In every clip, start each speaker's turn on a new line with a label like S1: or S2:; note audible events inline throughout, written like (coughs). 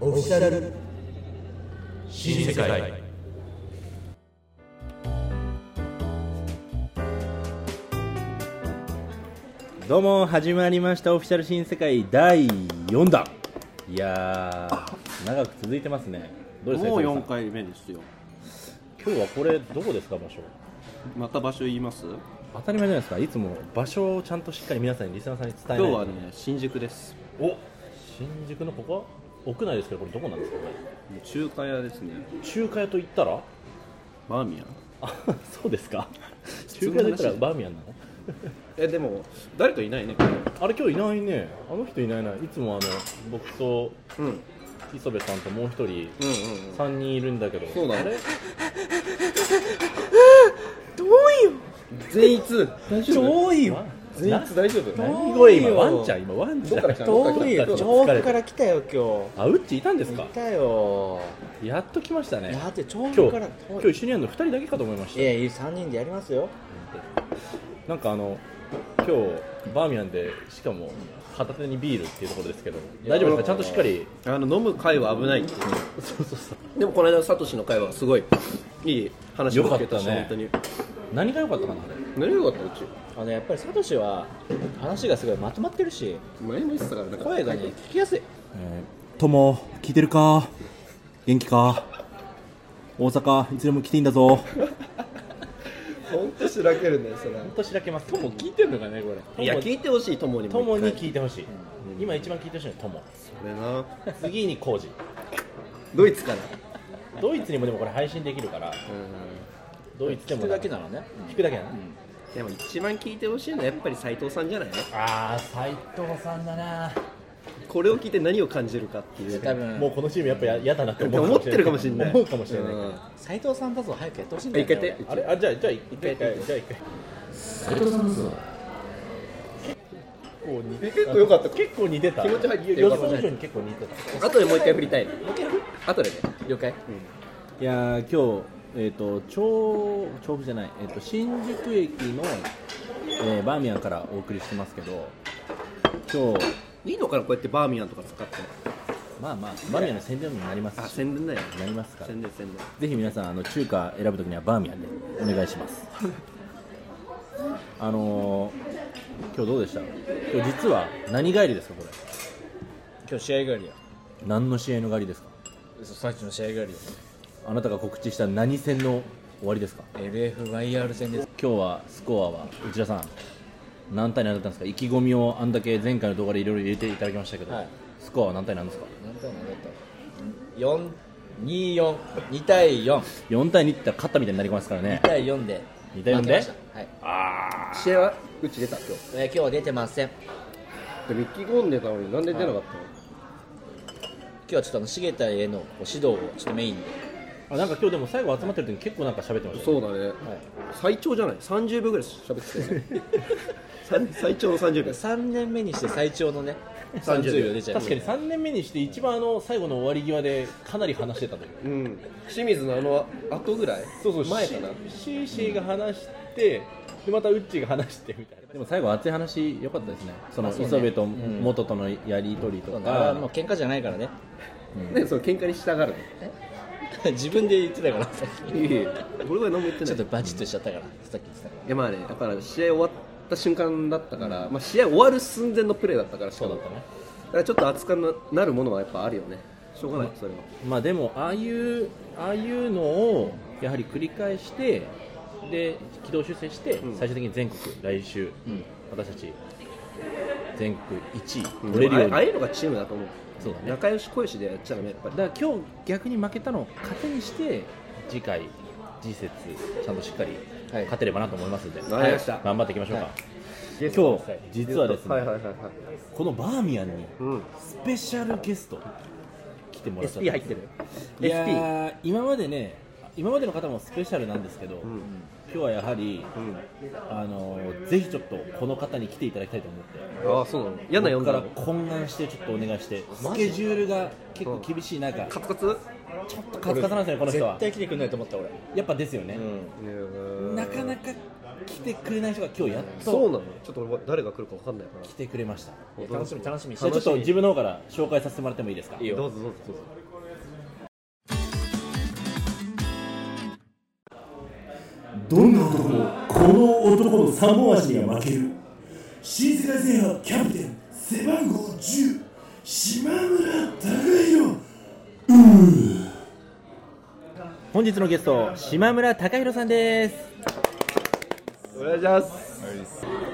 S1: オフィシャル
S2: 新世界
S3: どうも始まりましたオフィシャル新世界第4弾いやー長く続いてますねどうですか
S4: もう
S3: 伊藤さん
S4: 4回目ですよ
S3: 今日はこれどこですか場所
S4: また場所言います
S3: 当たり前じゃないですかいつも場所をちゃんとしっかり皆さんにリスナーさんに伝えない
S4: 今日はね新宿です
S3: お新宿のここ屋内ですけどこれどこなんですかこ
S4: 中華屋ですね
S3: れ中華屋と言ったら
S4: バーミヤン
S3: あそうですか中
S4: 通
S3: 華屋
S4: の話
S3: と言ったらバーミヤンなの
S4: えでも誰かいないね
S3: あれ今日いないねあの人いないないつもあの僕と
S4: うんうん
S3: 磯部さんともう一人
S4: うん
S3: 3人いるんだけど
S4: そうだね
S3: あれ
S4: 全員通大丈夫
S1: 遠いよ
S4: 全員通大丈夫
S3: 何声今ワンちゃん今ワンちゃん
S4: どっから来たの
S1: 遠いよ
S3: ど
S1: 上
S3: っから来た
S1: 空から来たよ今
S3: あウッチいたんです
S1: 日
S3: か
S1: いたよ
S3: やっと来ましたね
S1: だって上
S3: 今
S1: 空
S3: 日
S1: から
S3: 今日
S1: 遠い
S3: 一緒にやるの2人だけかと思いまし
S1: いやいや3人でやりますよ
S3: たなんかあの今日バーミヤンでしかも片手にビールっていうところですけど大丈夫ですかちゃんとしっかり
S4: (laughs) あの飲む会は危ないってそうそうそうでもこの間サトシの会はすごいいい話を聞けたし
S3: よか
S4: 本
S3: った
S4: 当に
S3: 何が良かったかなあれ
S4: 何よかったうち
S1: あのやっぱりサトシは話がすごいまとまってるし
S4: 前も言ってたからなんか
S1: 声がね聞きやすい
S5: とも聞いてるか元気か大阪いつでも来ていいんだぞ
S4: 本当しらけるねそれ
S3: ほんとしらけますとも聞いてるのかねこれ
S4: いや聞
S3: と
S4: いてほしいともに
S3: もに
S4: い
S3: 聞いてほしい今一番聞いてほしいのはとも
S4: れな
S3: 次にコージ
S4: ドイツから
S3: ドイツにもでもこれ配信できるからドイツでも
S1: 聞くだけならね
S3: 聞くだけなの
S4: でも一番聞いてほしいのはやっぱり斉藤さんじゃない
S3: ああ斎藤さんだな
S4: これを聞いて何を感じるかっていう
S1: 多分
S3: もうこのチームやっぱや嫌だなって思う
S4: 思ってるかもしれない
S3: 思うかもしれないから
S1: 斉藤さんだぞ早くやってほしいんだ
S4: い
S1: よね
S4: けて
S3: あれあじゃあじゃあ一回じゃあ一回
S4: 結構良かった
S3: 結構似てた
S4: 気持ち入って
S3: 予想以上に結構似てた
S4: 後でもう一回振りたいね後でね
S1: 了解
S5: いやー今日えっ、と調調布じゃない、えー、と新宿駅の、えーバーミヤンからお送りしてますけど今日
S4: いいのかなこうやってバーミヤンとか使って
S5: まあまあバーミヤンの宣伝にもなります
S4: あ
S5: し
S4: 宣伝だよ
S5: なりますから
S4: 宣伝宣伝
S5: ぜひ皆さんあの中華選ぶときにはバーミヤンでお願いしますあのー、今日どうでした今日実は何帰りですかこれ
S1: 今日試合帰りよ
S5: 何の試合の帰りですか
S1: さっきの試合帰りよ
S5: あなたが告知した何戦の終わりですか
S1: LFYR 戦です
S5: 今日はスコアは内田さん何対何だったんですか意気込みをあんだけ前回の動画でいろいろ入れていただきましたけど、
S1: はい
S5: スコアは何対何ですか
S1: 何対何だった4 2 4 2対4
S5: 4対2って言ったら勝ったみたいになりますからね
S1: 2対4で
S5: 2対4で
S1: 負けましたはい
S4: 試合はうち出た今日
S1: えー今日は出てません
S4: でも意気込んでたのになんで出なかったの
S1: 今日はちょっとあの重田へのこう指導をちょっとメインで
S3: あなんか今日でも最後集まってる時に結構なんか喋ってましたよ
S4: そうだね最長じゃない30秒ぐらい喋 (laughs) ってたよね最長の30秒
S1: 3年目にして最長のね
S4: 30
S1: 30秒出ちゃいま
S3: 確
S1: す
S3: かに3年目にして一番あの最後の終わり際でかなり話してたという
S4: うん清水のあの後ぐらい
S3: そうそう
S4: 前かな
S3: CC が話してでまたウッチーが話してみたいな
S5: でも最後熱い話良かったですねその
S1: そうね
S5: 磯部と元とのやり取りと
S1: そうねあれ
S5: か、
S1: はもう喧嘩じゃないからね (laughs)
S4: ねその喧嘩に従うの
S1: 自分で言ってたからさっき
S4: いやいや俺は何も言って
S1: ち
S4: な
S1: ょっと
S4: い
S1: バチッとしちゃったからさっき言ってたから
S4: いやまあねだから試合終わった瞬間だったから、まあ、試合終わる寸前のプレーだったからそうだったねだからちょっと熱くなるものはやっぱあるよねしょうがないそれは
S5: まあでもああいうああいうのをやはり繰り返してで軌道修正して、最終的に全国来週、私たち全国1位取れるよう
S4: で
S5: に
S4: もあああいうのがチームだと思う
S5: そうだね
S4: 仲良し恋しでやっちゃダメやっぱり
S5: だから今日逆に負けたのを糧にして次回次節ちゃんとしっかり
S1: はい
S5: 勝てればなと思いますので、
S4: わかりました
S5: 頑張っていきましょうか、
S1: は
S5: 今日実はですね、
S4: はいはいはいはい
S5: このバーミヤンに
S4: うん
S5: スペシャルゲスト来てもらったん
S4: SP
S5: です
S4: 入ってる
S5: いや
S4: SP
S5: ー今までね今までの方もスペシャルなんですけど、
S4: ん
S5: 今日はやはり、
S4: ん
S5: あのーぜひちょっとこの方に来ていただきたいと思って
S4: ああそうなの嫌な呼ん
S5: 僕か
S4: だ
S5: ら
S4: の
S5: 懇願してちょっとお願いしてスケジュールが結構厳しい中
S4: カツカツ
S5: ちょっとカツカツなんですよねこの人は
S1: 絶対来てくんないと思った俺
S5: やっぱですよね、
S4: うん
S5: なかなか来てくれない人が今日やっ
S4: そうな
S5: と
S4: のちょっと俺は誰が来るか分かんないから
S5: 来てくれました
S6: いや楽しみ楽しみ
S5: じゃあちょっと自分の方から紹介させてもらってもいいですか
S6: いい
S4: ど
S6: よ
S4: うぞどうぞどうぞ
S7: どんな男もこの男の三本足には負ける新世界制覇キャプテン背番号10島村貴弘
S5: 本日のゲスト島村貴弘さんです
S4: お願いします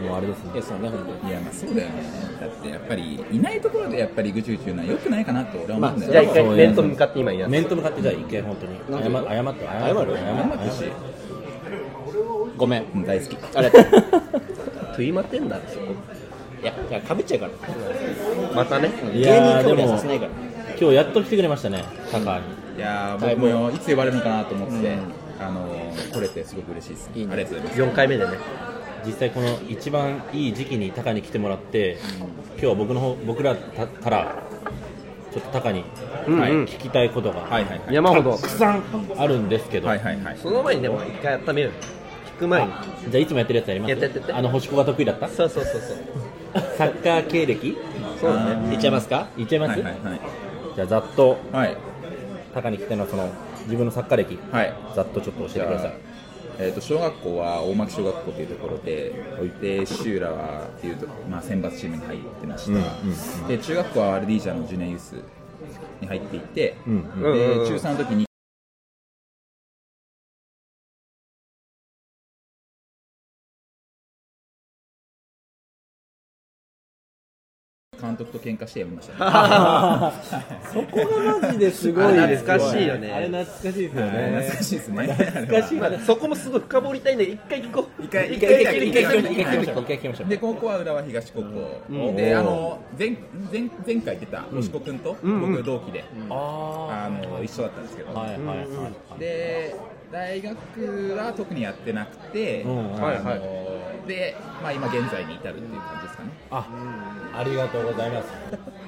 S5: もうあれですね
S8: いやそうね本当いやまあそうだよねだってやっぱりいないところでやっぱりぐちゅぐちゅ言うのはよくないかなと俺は思うんだよ
S4: じゃあ一
S8: そう
S4: 回面と向かって今やる
S5: 面と向かってじゃあ一回本当に謝謝って謝る謝る
S8: 頑張ってし
S6: ごめん
S8: うん大好き
S6: あれだった
S4: と言いまってんだそこ
S6: いやいやかぶっちゃうから
S4: またね
S5: い
S6: 芸
S5: や
S6: 人
S5: ー
S6: 興味
S5: で
S6: は
S5: も
S6: させないから
S5: 今日やっと来てくれましたね高橋
S8: いやー僕もよいつ言われるのかなと思って、あのー、来れてすごく嬉しいです
S6: いいね
S8: ありがとうございます
S4: 4回目でね
S5: 実際この一番いい時期にタカに来てもらって、今日は僕の方僕らたからちょっとタカに、
S4: うん
S5: はい
S4: うん
S5: 聞きたいことが、
S8: はいはいはい
S4: 山ほど
S5: たくさんあるんですけど、
S8: はいはいはい
S4: その前にでも一回温める聞く前に
S5: じゃあいつもやってるやつやります
S4: やってやってやって
S5: あの星子が得意だった
S4: そうそうそうそう
S5: サッカー経歴
S4: そうだね
S6: いっちゃいますか
S5: いっちゃいます、
S8: はいはいはい
S5: じゃあざっと
S8: はい
S5: タカに来てのその自分のサッカー歴
S8: はい
S5: ざっとちょっと教えて
S8: じゃ
S5: くださ
S8: あ
S5: い、
S8: えー、と小学校は大牧小学校というところで、でシューラはっていうと、まあ、選抜チームに入ってました、で中学校はアルディージャのジュネユースに入っていて、
S4: うんうんうん
S8: で中3の時に、監督と喧嘩してやめました、ね。
S5: そこがマジですごい
S4: あれ懐かしいよね
S5: あれ懐かしいですよね
S8: 懐かしいですね。懐かしい
S4: まあそこもすごい深掘りたいんで一回聞こう一回
S8: 一
S5: 一回
S8: 回
S5: 聞
S8: 一
S5: きまし
S8: 回
S5: ょう一回聞きましょう一回聞きましょう
S8: で高校は浦和東高校、
S5: ん
S8: で
S5: おー
S8: あの前前前回出た星子君と僕同期で、
S5: あ
S8: あの一緒だったんですけど、
S5: あはいはいはいはい
S8: で大学は特にやってなくて、
S5: うん
S8: あので、まあ、今現在に至るっていう感じですかね
S5: あ、ありがとうございます。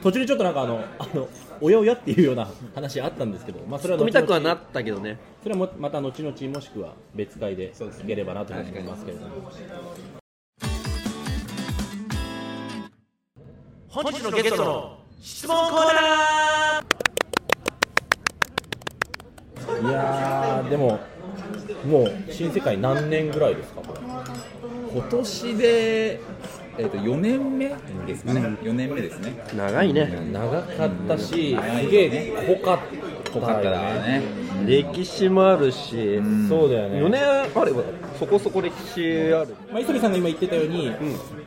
S5: 途中でちょっとなんかあの、あの、おやおやっていうような話あったんですけど、まあそれは
S4: 込
S5: 後
S4: みたくは
S5: 々、
S4: なったけどね
S5: それはもまた後々もしくは別会で
S8: そうですね
S5: 聞ければなというふうに思いますけれども。
S9: 本日のゲストの質問コーナー
S5: いやー、でも、もう新世界何年ぐらいですか、これ。
S8: 今年で、えー、と4年目ですかね、4年目ですね
S4: 長いね
S5: 長かったし、
S8: うん
S5: すげえ濃かったよね。
S8: 濃かったらね
S4: 歴史もあるし
S5: そうだよね。
S4: 4年あればそこそこ歴史ある
S5: まあ、磯部さんが今言ってたように、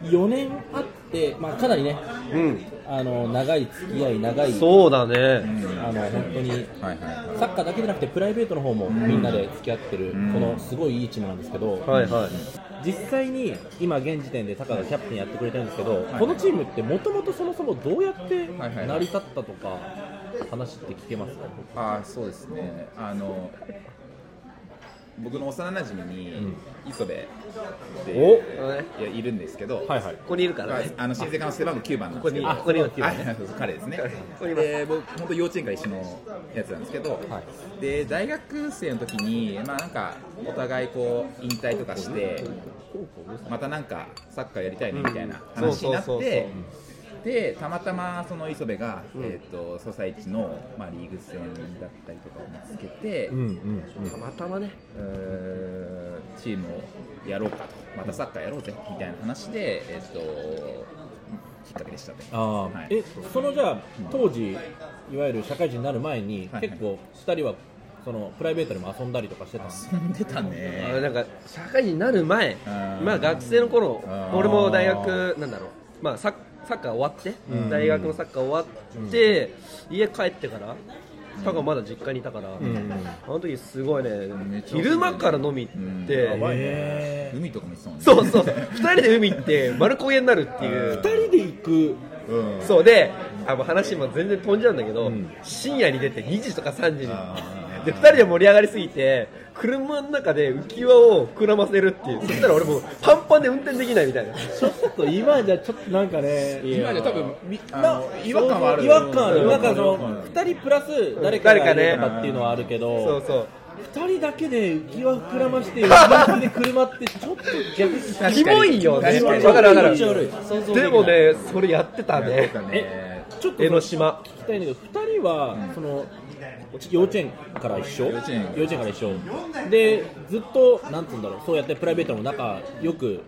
S5: 4年あって、まあかなりね、
S4: うん
S5: あの、長い付き合い、長い、
S4: そうだね
S5: あの、本当に
S8: はいはいはい
S5: サッカーだけじゃなくてプライベートの方もみんなで付き合ってる、このすごいいいチームなんですけど、
S4: はいはい
S5: 実際に今現時点でサッカーがキャプテンやってくれてるんですけど、このチームってもともとそもそもどうやって
S8: はいはい
S5: 成り立ったとか話って聞けますか、
S8: ああそうですねあの僕の幼馴染に磯部っていういやいるんですけど、
S5: はいは
S4: こ
S5: い
S4: こにいるからね
S8: あの新生の背番号9番なんですけど
S4: ここにあここにいます
S8: はいはいそう彼ですね
S4: ここにいます
S8: で僕本当幼稚園から一緒のやつなんですけど、で大学生の時にまあなんかお互いこう引退とかしてまたなんかサッカーやりたいねみたいな話になっ
S4: うんそうそうそうそう
S8: てでたまたまその磯部が、えー、とソサイチの、まあ、リーグ戦だったりとかを見つけて、
S4: たまたまね
S8: うーんチームをやろうかとまたサッカーやろうぜみたいな話で、えっときっかけでしたね
S5: あ
S8: はい
S5: えそのじゃあ当時いわゆる社会人になる前に、
S8: はいはい
S5: 結構2人はそのプライベートでも遊んだりとかしてたんです
S8: 遊んでた
S4: あの
S8: ね
S4: なんか社会人になる前
S8: ん
S4: まあ学生の頃
S8: ん
S4: 俺も大学なんだろうまあサッサッカー終わって大学のサッカー終わって家帰ってからタカまだ実家にいたからあの時すごいね
S8: めっちゃ
S4: 昼間から飲み行って
S5: へ
S8: 海とかも行ってたもんね
S4: そうそう2人で海行っ
S8: (laughs)
S4: て丸公園になるっていう
S5: 2人で行く
S8: うん
S4: そうであもう話も全然飛んじゃうんだけど深夜に出て2時とか3時に
S8: あ
S4: で2人で盛り上がりすぎて車の中で浮き輪を膨らませるっていうそしたら俺もうパンパンで運転できないみたいな
S5: ちょっと今じゃちょっとなんかね
S8: 今じゃ多分みあの違和感はある
S5: 違和感ある。
S8: うん
S5: なんかそ
S8: 違和感あ
S5: の
S8: る
S5: 二人プラス誰か
S4: 誰
S5: が
S4: かね
S5: いるとかっていうのはあるけ
S4: そう
S5: ど、
S4: そう
S5: 2人だけで浮き輪膨らまして浮き輪で車ってちょっと逆に
S8: 確かに
S4: キモいよね
S8: 確かに
S4: わかるわかる
S5: 気持ち悪い想像きない
S4: でもねそれやってたね
S8: なんかね
S5: ちょっと
S4: 江
S5: そ
S4: ノ
S5: の
S4: 島
S5: 聞きたいんだけど2人はその幼稚園から一緒
S8: 幼稚園
S5: から一緒でずっとなんつうんだろうそうやってプライベートの中よくい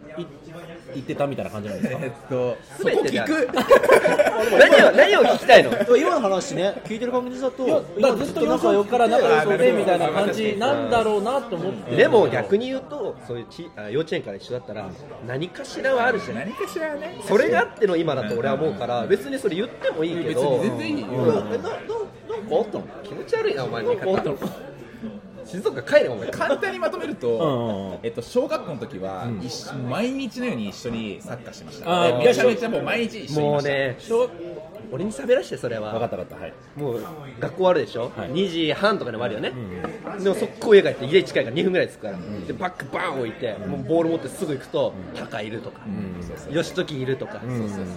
S5: 行ってたみたいな感じなんですか
S8: えっとそこ
S4: 全て
S8: 聞
S4: だ
S8: く
S4: 何を何を聞きたいの
S1: でも今の話ね聞いてる感じだと
S5: だからずっと仲良くから仲良そうで
S8: あー
S5: みたいな感じなんだろうなと思って
S4: でも逆に言うとそういうちあ幼稚園から一緒だったら何かしらはあるじゃない
S8: 何かしらね
S4: それがあっての今だと俺は思うから別にそれ言ってもいいけど
S8: 別に全然いいよ
S4: うんえなななんかあったの気持ち悪いなお前の言い方静岡帰れお前
S8: 簡単にまとめる
S5: うんうんうん
S8: と、えっと、小学校の時は、一緒毎日のように一緒にサッカーしてまし
S5: あー
S8: た。めちゃめちゃもう毎日一緒にい
S4: も
S8: ま
S4: う
S8: した。
S4: ね小俺に喋らしてそれは
S5: 分かった分かったはい
S4: もう学校終わるでしょ、
S5: はい
S4: 2時半とかに終わるよね、でも速攻家帰って家近いから2分ぐらい着くから、でバックバーン置いて、もうボール持ってすぐ行くと、タカいるとか、義時いるとか、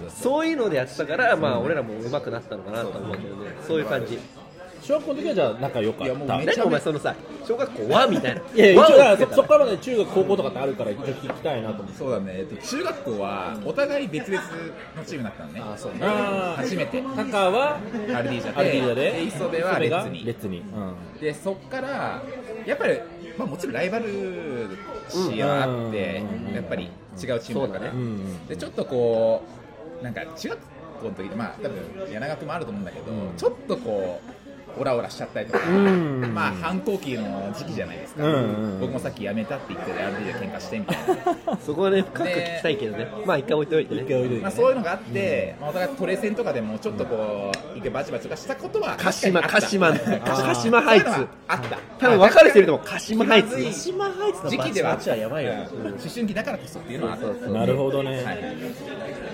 S4: そういうのでやってたから、まあ俺らも上手くなったのかなと思うけどねそういう感じ
S5: 小学校の時はじゃあ仲良かった
S8: うめ
S4: 何お前そのさ小学校はみたいない
S5: やいや
S4: 和
S5: 一
S4: を
S5: 応
S4: つ
S5: だか
S4: け
S5: ら
S4: た
S5: そそこからまで中学高校とかってあるから一応聞きたいなと思って
S8: そうだね、えっと、中学校はお互い別々のチームだったのね。
S5: あ
S8: 初めて。
S5: あタカは
S8: アルディージャで
S5: アルディージャで
S8: 磯部はレッツに
S5: レッツにうん
S8: でそっからやっぱり、まあ、もちろんライバル視はあって、やっぱり違うチームだからね、でちょっとこうなんか中学校の時でまあ多分柳川君もあると思うんだけど、ちょっとこうオラオラしちゃったりとか、まあ反抗期の時期じゃないですか、僕もさっき辞めたって言ってて RD で喧嘩してみたいな
S4: そこはね深く聞きたいけどねまあ一回置いておいてね
S8: まあ、そういうのがあって、まあ、お互いトレセンとかでもちょっとこう、一回バチバチとかしたことは
S4: 鹿島
S8: 確か
S4: 鹿
S8: に
S4: 島
S8: あ
S4: の
S8: った
S4: 鹿島ハイツ
S8: そういうのはあった
S4: 多分別れてると思う鹿島ハイツ
S8: 気まずい
S1: 島ハイツの
S8: 時期ではあった
S1: はやばいよ
S8: うん思春期だからこそっていうのはあった
S5: なるほどね、
S8: はいはい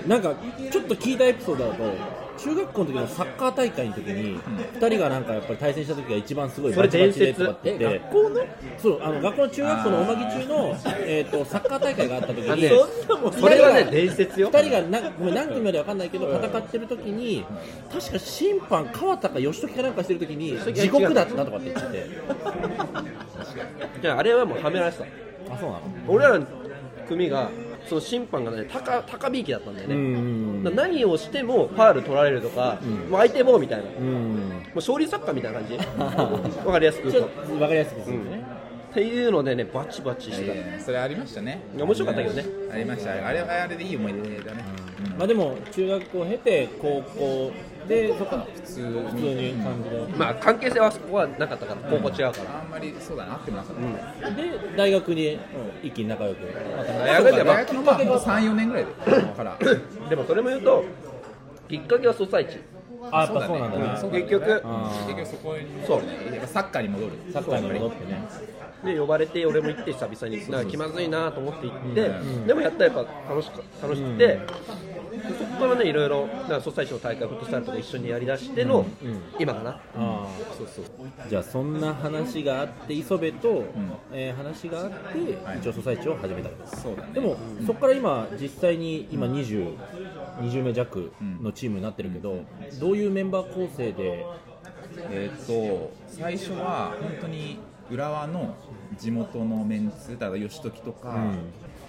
S5: なんかちょっと聞いたエピソードだと中学校の時のサッカー大会の時に2人がなんかやっぱり対戦した時が一番すごい
S4: それ伝
S5: で
S4: 説
S5: とかって言って学校のそうあの学校の中学校のおまけ中の、えー、とサッカー大会があった時
S4: あ
S5: に
S4: ねそれはね伝説よ
S5: 2人がなごめん何組までわかんないけど戦ってる時に確か審判川田か義時かなんかしてる時に地獄だったとかって言ってて
S4: じゃああれはもうはめられてた
S5: あそうなの
S4: 俺らの組がその審判がね高高引きだったんだよねだから何をしてもファール取られるとか、もう相手もみたいな、も
S5: うん
S4: う勝利作家みたいな感じ
S5: (laughs)
S4: わかりやすく
S5: ち
S4: 言
S5: ょ
S4: う
S5: っ
S4: と、
S5: と分かりやすくするんだね、
S4: っていうのでねバチバチしてた、
S8: それありましたね
S4: いや面白かったけどね
S8: ありましたあれはあれでいい思い出だね
S5: まあでも中学校を経て高校でそっか普通
S8: 普通
S5: に感じで、
S4: まあ関係性はそこはなかったから高校違うから、
S8: あんまりそうだな合ってもなかった
S5: で大学に一気に仲良くまた
S4: 大学でま
S8: 大学のまあ34年ぐらいから
S4: あでもそれも言うときっかけはソサイチ
S5: あやっぱそうなんだな、
S4: 結局
S5: あ
S8: 結
S5: ー
S8: 局そこに
S4: そう
S8: やっぱサッカーに戻る
S5: サッカーに戻ってね
S4: で呼ばれて俺も行って久々になんか気まずいなと思って行って、でもやったらやっぱ楽しく楽しくて、そこからねいろいろなんか卒の大会フットサルとか一緒にやりだしての、今かな
S5: あーじゃあそんな話があって磯部と、えー話があって、一応ソサイチを始めたんです
S8: そうだね
S5: でも、そこから今実際に今 20, 20名弱のチームになってるけど、どういうメンバー構成で
S8: えーっと最初は本当に浦和の地元のメンツだから義時とか、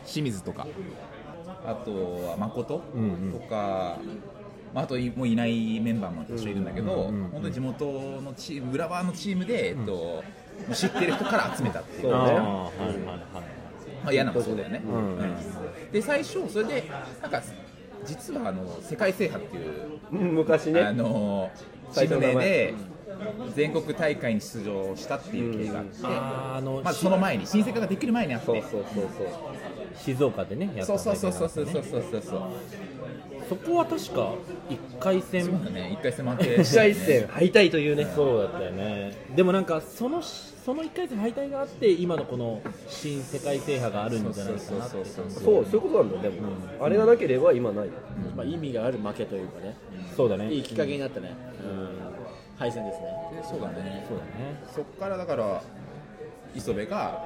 S8: 清水とかあとは誠とか、まあ、あといもういないメンバーも多少いるんだけど、本当に地元のチーム浦和のチームで、えっともう知ってる人から集めたっていう
S5: あー
S8: 感
S5: は
S8: じ
S5: いはいはい
S8: まあ、嫌なもそうだよね、うんで最初それでなんか実はあの世界制覇っていう
S4: 昔
S8: あのチーム名で全国大会に出場したっていう経緯があって、
S5: あの、
S8: まずその前に、新生活ができる前にあって、そう
S4: そうそうそう
S5: 静岡でねやった
S8: そ
S5: 大
S8: う
S5: 会
S8: そうそう
S5: があ
S8: そう
S5: って
S8: そう
S5: ね
S8: そうそうそう、
S5: そこは確か1回戦
S8: そうだね、一回戦もあって、
S4: 1回戦敗退というね
S5: そうだったよねでもなんかそのその1回戦敗退があって今のこの新世界制覇があるんじゃないかなって
S4: そうそういうことなんだよでも、あれがなければ今ない
S1: まあ意味がある負けというかね
S5: そうだね
S1: いいきっかけになったね敗戦ですね
S8: そうだね、
S5: そうだね
S8: そっからだから、磯部が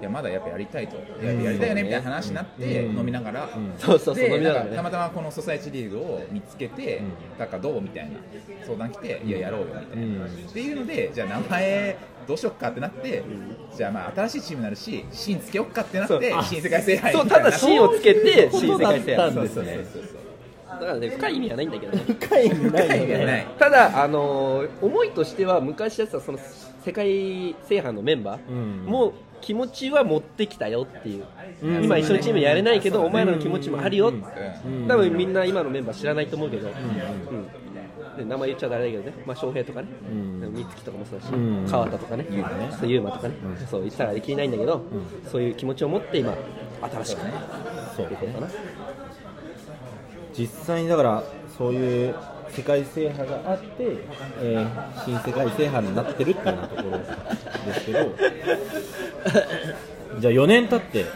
S8: いやまだやっぱやりたいとややりたいよねみたいな話になって飲みながら、
S4: そうそうそう
S8: で
S4: 飲みながらね
S8: んかたまたまこのソサイチリーグを見つけて、なんかどうみたいな相談来て、いや、やろうよみたいな、っていうので、じゃあ、名前どうしよっかってなって、じゃあ、まあ新しいチームになるし、シーンつけよっかってなっ
S4: そう
S8: て、新世界制覇
S4: そうただ
S8: シーン
S4: 芯をつけて新世界制覇
S8: だ
S4: だ
S8: った
S4: か
S8: んですね。そうそうそう
S4: らね深い意味はないんだけどね
S8: そうないよね
S4: ただ、あのー思いとしては昔やってたその世界制覇のメンバー、もう気持ちは持ってきたよっていう、今一緒のチームやれないけど、お前らの気持ちもあるよ、多分みんな今のメンバー知らないと思うけど、うんで名前言っちゃダメだけどね、まあ、翔平とかね、三月とかもそうだし、川田とかね、そう優馬とかね、そう言ってたらできないんだけど、そういう気持ちを持って今、新しくね、
S5: そう
S4: ってことかな。
S5: 実際にだからそういう世界制覇があって、えー新世界制覇になってるっていうようなところですけどじゃあ4年経って、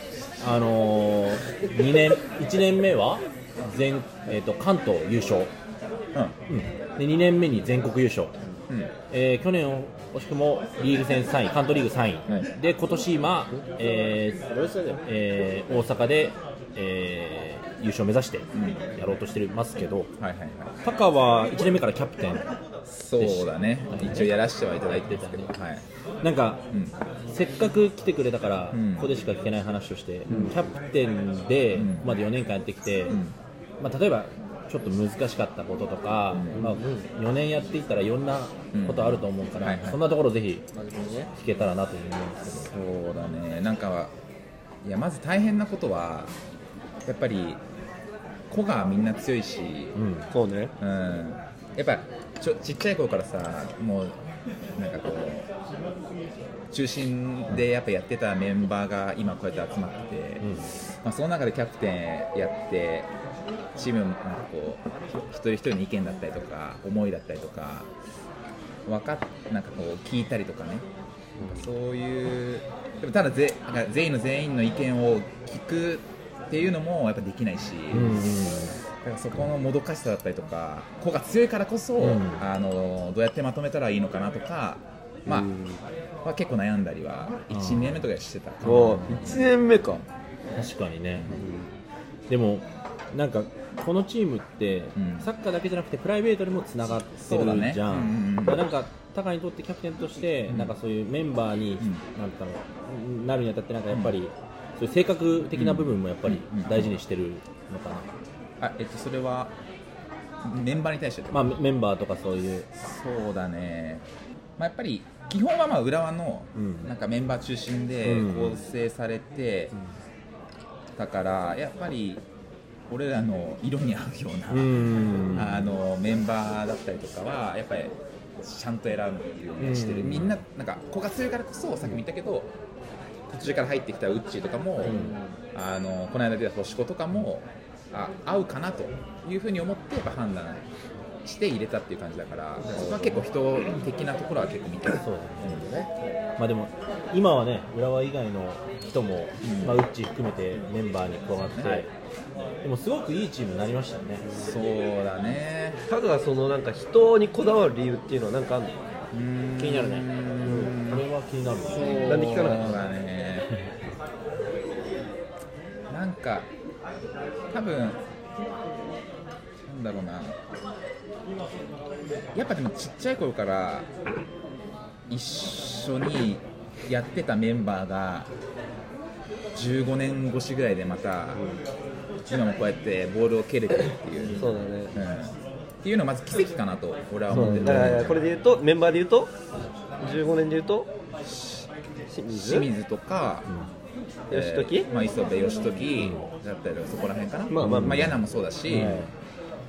S5: あのー、2年1年目は全、えー、と関東優勝、うんで2年目に全国優勝、えー去年惜しくもリーグ戦3位関東リーグ3位、
S8: はい
S5: で今年今、えーえー大阪で、えー優勝目指してやろうとしてますけど、
S8: はいはいはい。
S5: タカは1年目からキャプテン
S8: そうだね。一応やらせてはいただいてたけど、はい。
S5: なんか、
S8: ん
S5: せっかく来てくれたから、
S8: ん
S5: ここでしか聞けない話として、キャプテンで、
S8: ん
S5: ここまで4年間やってきて、まあ、例えばちょっと難しかったこととか、まあ、4年やっていったらいろんなことあると思うから、
S8: うんはいはい
S5: そんなところぜひ聞けたらなというふうに思うんですけど。
S8: そうだねなんかいやまず大変なことはやっぱり子がみんな強いし、
S5: うん
S4: そうね
S8: うんやっぱちょちっちゃい頃からさもうなんかこう中心でやっぱやってたメンバーが今こうやって集まってて、まあ、その中でキャプテンやってチームもなんかこう一人一人の意見だったりとか思いだったりとかわかっなんかこう聞いたりとかねそういうでもただぜなんか全員の全員の意見を聞くっていうのもやっぱできないし、だからそこのもどかしさだったりとか子が強いからこそ、あのどうやってまとめたらいいのかなとか、まあまあ結構悩んだりは1年目とかしてたかな
S4: お1年目か
S5: 確かにね、でもなんかこのチームって、
S8: うん
S5: サッカーだけじゃなくてプライベートにもつながってる
S8: そうだね
S5: じゃん、
S8: うんうんうん
S5: まあなんかタカにとってキャプテンとして、なんかそういうメンバーに、なんだろうなるにあたってなんかやっぱり、そういう性格的な部分もやっぱり
S8: うんうん
S5: 大事にしてるのかな、
S8: あえっとそれはメンバーに対して
S5: まあ、メンバーとかそういう、
S8: そうだね、まあ、やっぱり基本はまあ浦和の
S5: うん
S8: なんかメンバー中心で
S5: うん
S8: 構成されて、だからやっぱり俺らの色に合うような、あのメンバーだったりとかはやっぱりちゃんと選ぶようにしてる、みんななんか子が強いからこそさっきも言ったけど途中から入ってきたウッチーとかも、あのこの間出た星子とかもあ合うかなというふうに思ってやっぱ判断して入れたっていう感じだからそこは結構人的なところは結構見てる
S5: そうですねまあでも今はね浦和以外の人も、まあ、ウッチ含めてメンバーに加わって、
S8: はい
S5: でもすごくいいチームになりましたよね
S8: そうだね
S4: ただそのなんか人にこだわる理由っていうのはなんかあんの
S8: うん
S10: 気になるね
S5: これは気になるね
S4: なんで聞かなかった
S8: そうだねなんか多分なんだろうなやっぱでもちっちゃい頃から一緒にやってたメンバーが15年越しぐらいでまた、今もこうやってボールを蹴れてるっていう、
S4: そうだね
S8: うんっていうのはまず奇跡かなと俺は
S4: そ
S8: 思っ
S4: う
S8: て
S4: ね
S8: る
S4: だからこれで言うとメンバーで言うと15年で言うと清水
S8: 清水とか、
S4: 義時
S8: えーまあ、磯部義時だったりとかそこら辺かな、まあまあまあ、柳もそうだし、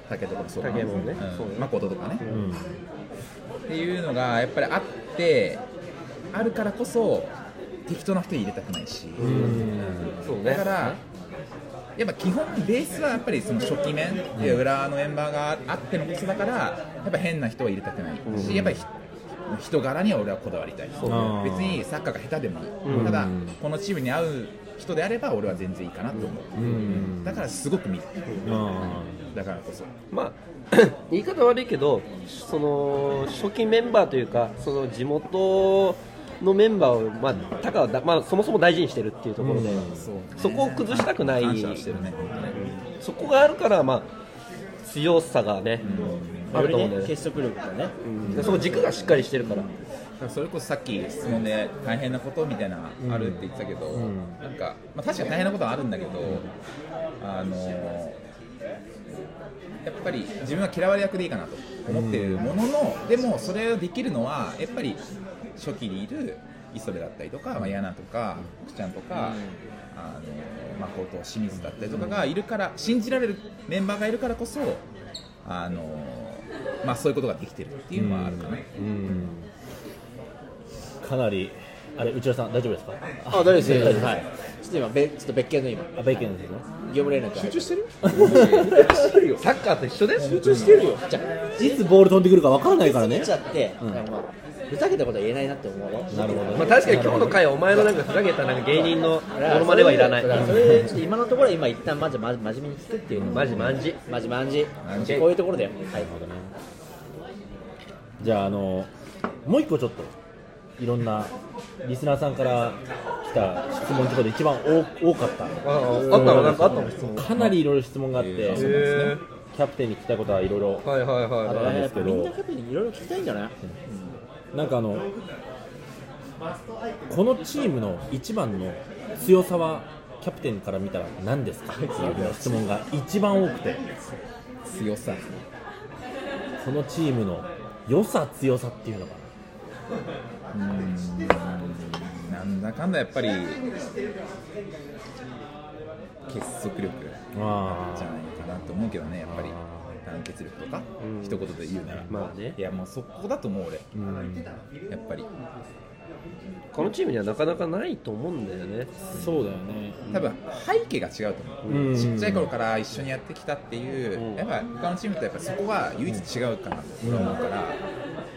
S8: 竹とかもそうだ
S4: 竹もね
S8: うん
S4: そうね
S8: 誠とかね、っていうのがやっぱりあってあるからこそ適当な人入れたくないし、
S4: そう
S8: だ
S4: ね
S8: から、やっぱ基本、ベースはやっぱりその初期面、で裏のメンバーがあってのこそだから、やっぱ変な人は入れたくないし、やっぱりひ人柄には俺はこだわりたい、別
S5: ね
S8: にサッカーが下手でもいい、ただ、このチームに合う人であれば、俺は全然いいかなと思う、だからすごく見る、だからこそ。
S4: まあ (coughs) 言い方悪いけどその初期メンバーというかその地元のメンバーを、まあ、タカはだ、まあ、そもそも大事にしてるっていうところで、そこを崩したくない、
S8: 感謝してるね
S4: そこがあるから、まあ、強さがね、あ
S1: よ
S4: ると思
S1: り
S4: うんだ
S1: ね
S4: よね、
S1: 結束力がね
S4: うんそこ軸がしっかりしてるから、
S8: だからそれこそさっき質問で大変なことみたいなあるって言ってたけど、なんか、まあ、確かに大変なことはあるんだけど、あのやっぱり自分は嫌われ役でいいかなと思ってるものの、でもそれをできるのはやっぱり初期にいる磯部だったりとか、まあ、ヤナとか福ちゃんとか、あの誠清水だったりとかがいるから信じられるメンバーがいるからこそあの、まあ、そういうことができてるっていうのはあるかな。
S5: かなりあれ内田さん大丈夫ですか
S1: あ大丈夫です大丈夫ですはいちょっと今べちょっと別件の今
S5: あベイケンですね
S1: 業務連絡集中してる
S4: サッカーと一緒です、
S1: 集中してるよじゃ
S5: いつボール飛んでくるか分からないから
S1: 見
S5: ね
S1: ちゃって、なんかまあふざけたことは言えないなって思うねなるほど
S4: まあ、確かに今日の回は、お前のなんかふざけたなんか芸人のものまねはいらない、
S1: それでちょっと今のところは今一旦まずま真面目に聞くっていうの
S4: マジマンジ、
S1: マジマンジ
S8: マジ
S1: こういうところだよはい
S5: じゃああのもう一個ちょっといろんなリスナーさんから来た質問とかで一番多多かった
S4: ああったの、なんかあったの、質問。
S5: かなりいろいろ質問があって、
S4: へー
S5: キャプテンに聞きたいことはいろいろ
S4: はいはいはい
S5: あ
S4: はい
S5: ったんですけ
S1: みんな
S5: ど
S1: カフェにいろいろ聞きたいんじゃない
S5: なんかあのこのチームの一番の強さはキャプテンから見たら何ですかっていう質問が一番多くて
S8: 強さ
S5: このチームの良さ強さっていうのか
S8: なんだかんだやっぱり結束力
S5: なあ
S8: じゃないかなと思うけどねやっぱり団結力とか、一言で言うなら、
S4: まあね
S8: いやもうそこだと思う俺、やっぱり
S4: このチームにはなかなかないと思うんだよね。
S5: そうだよね
S8: 多分背景が違うと思う、
S5: うん
S8: ちっちゃい頃から一緒にやってきたっていう、やっぱ他のチームとやっぱそこは唯一違うかなと俺は思うから、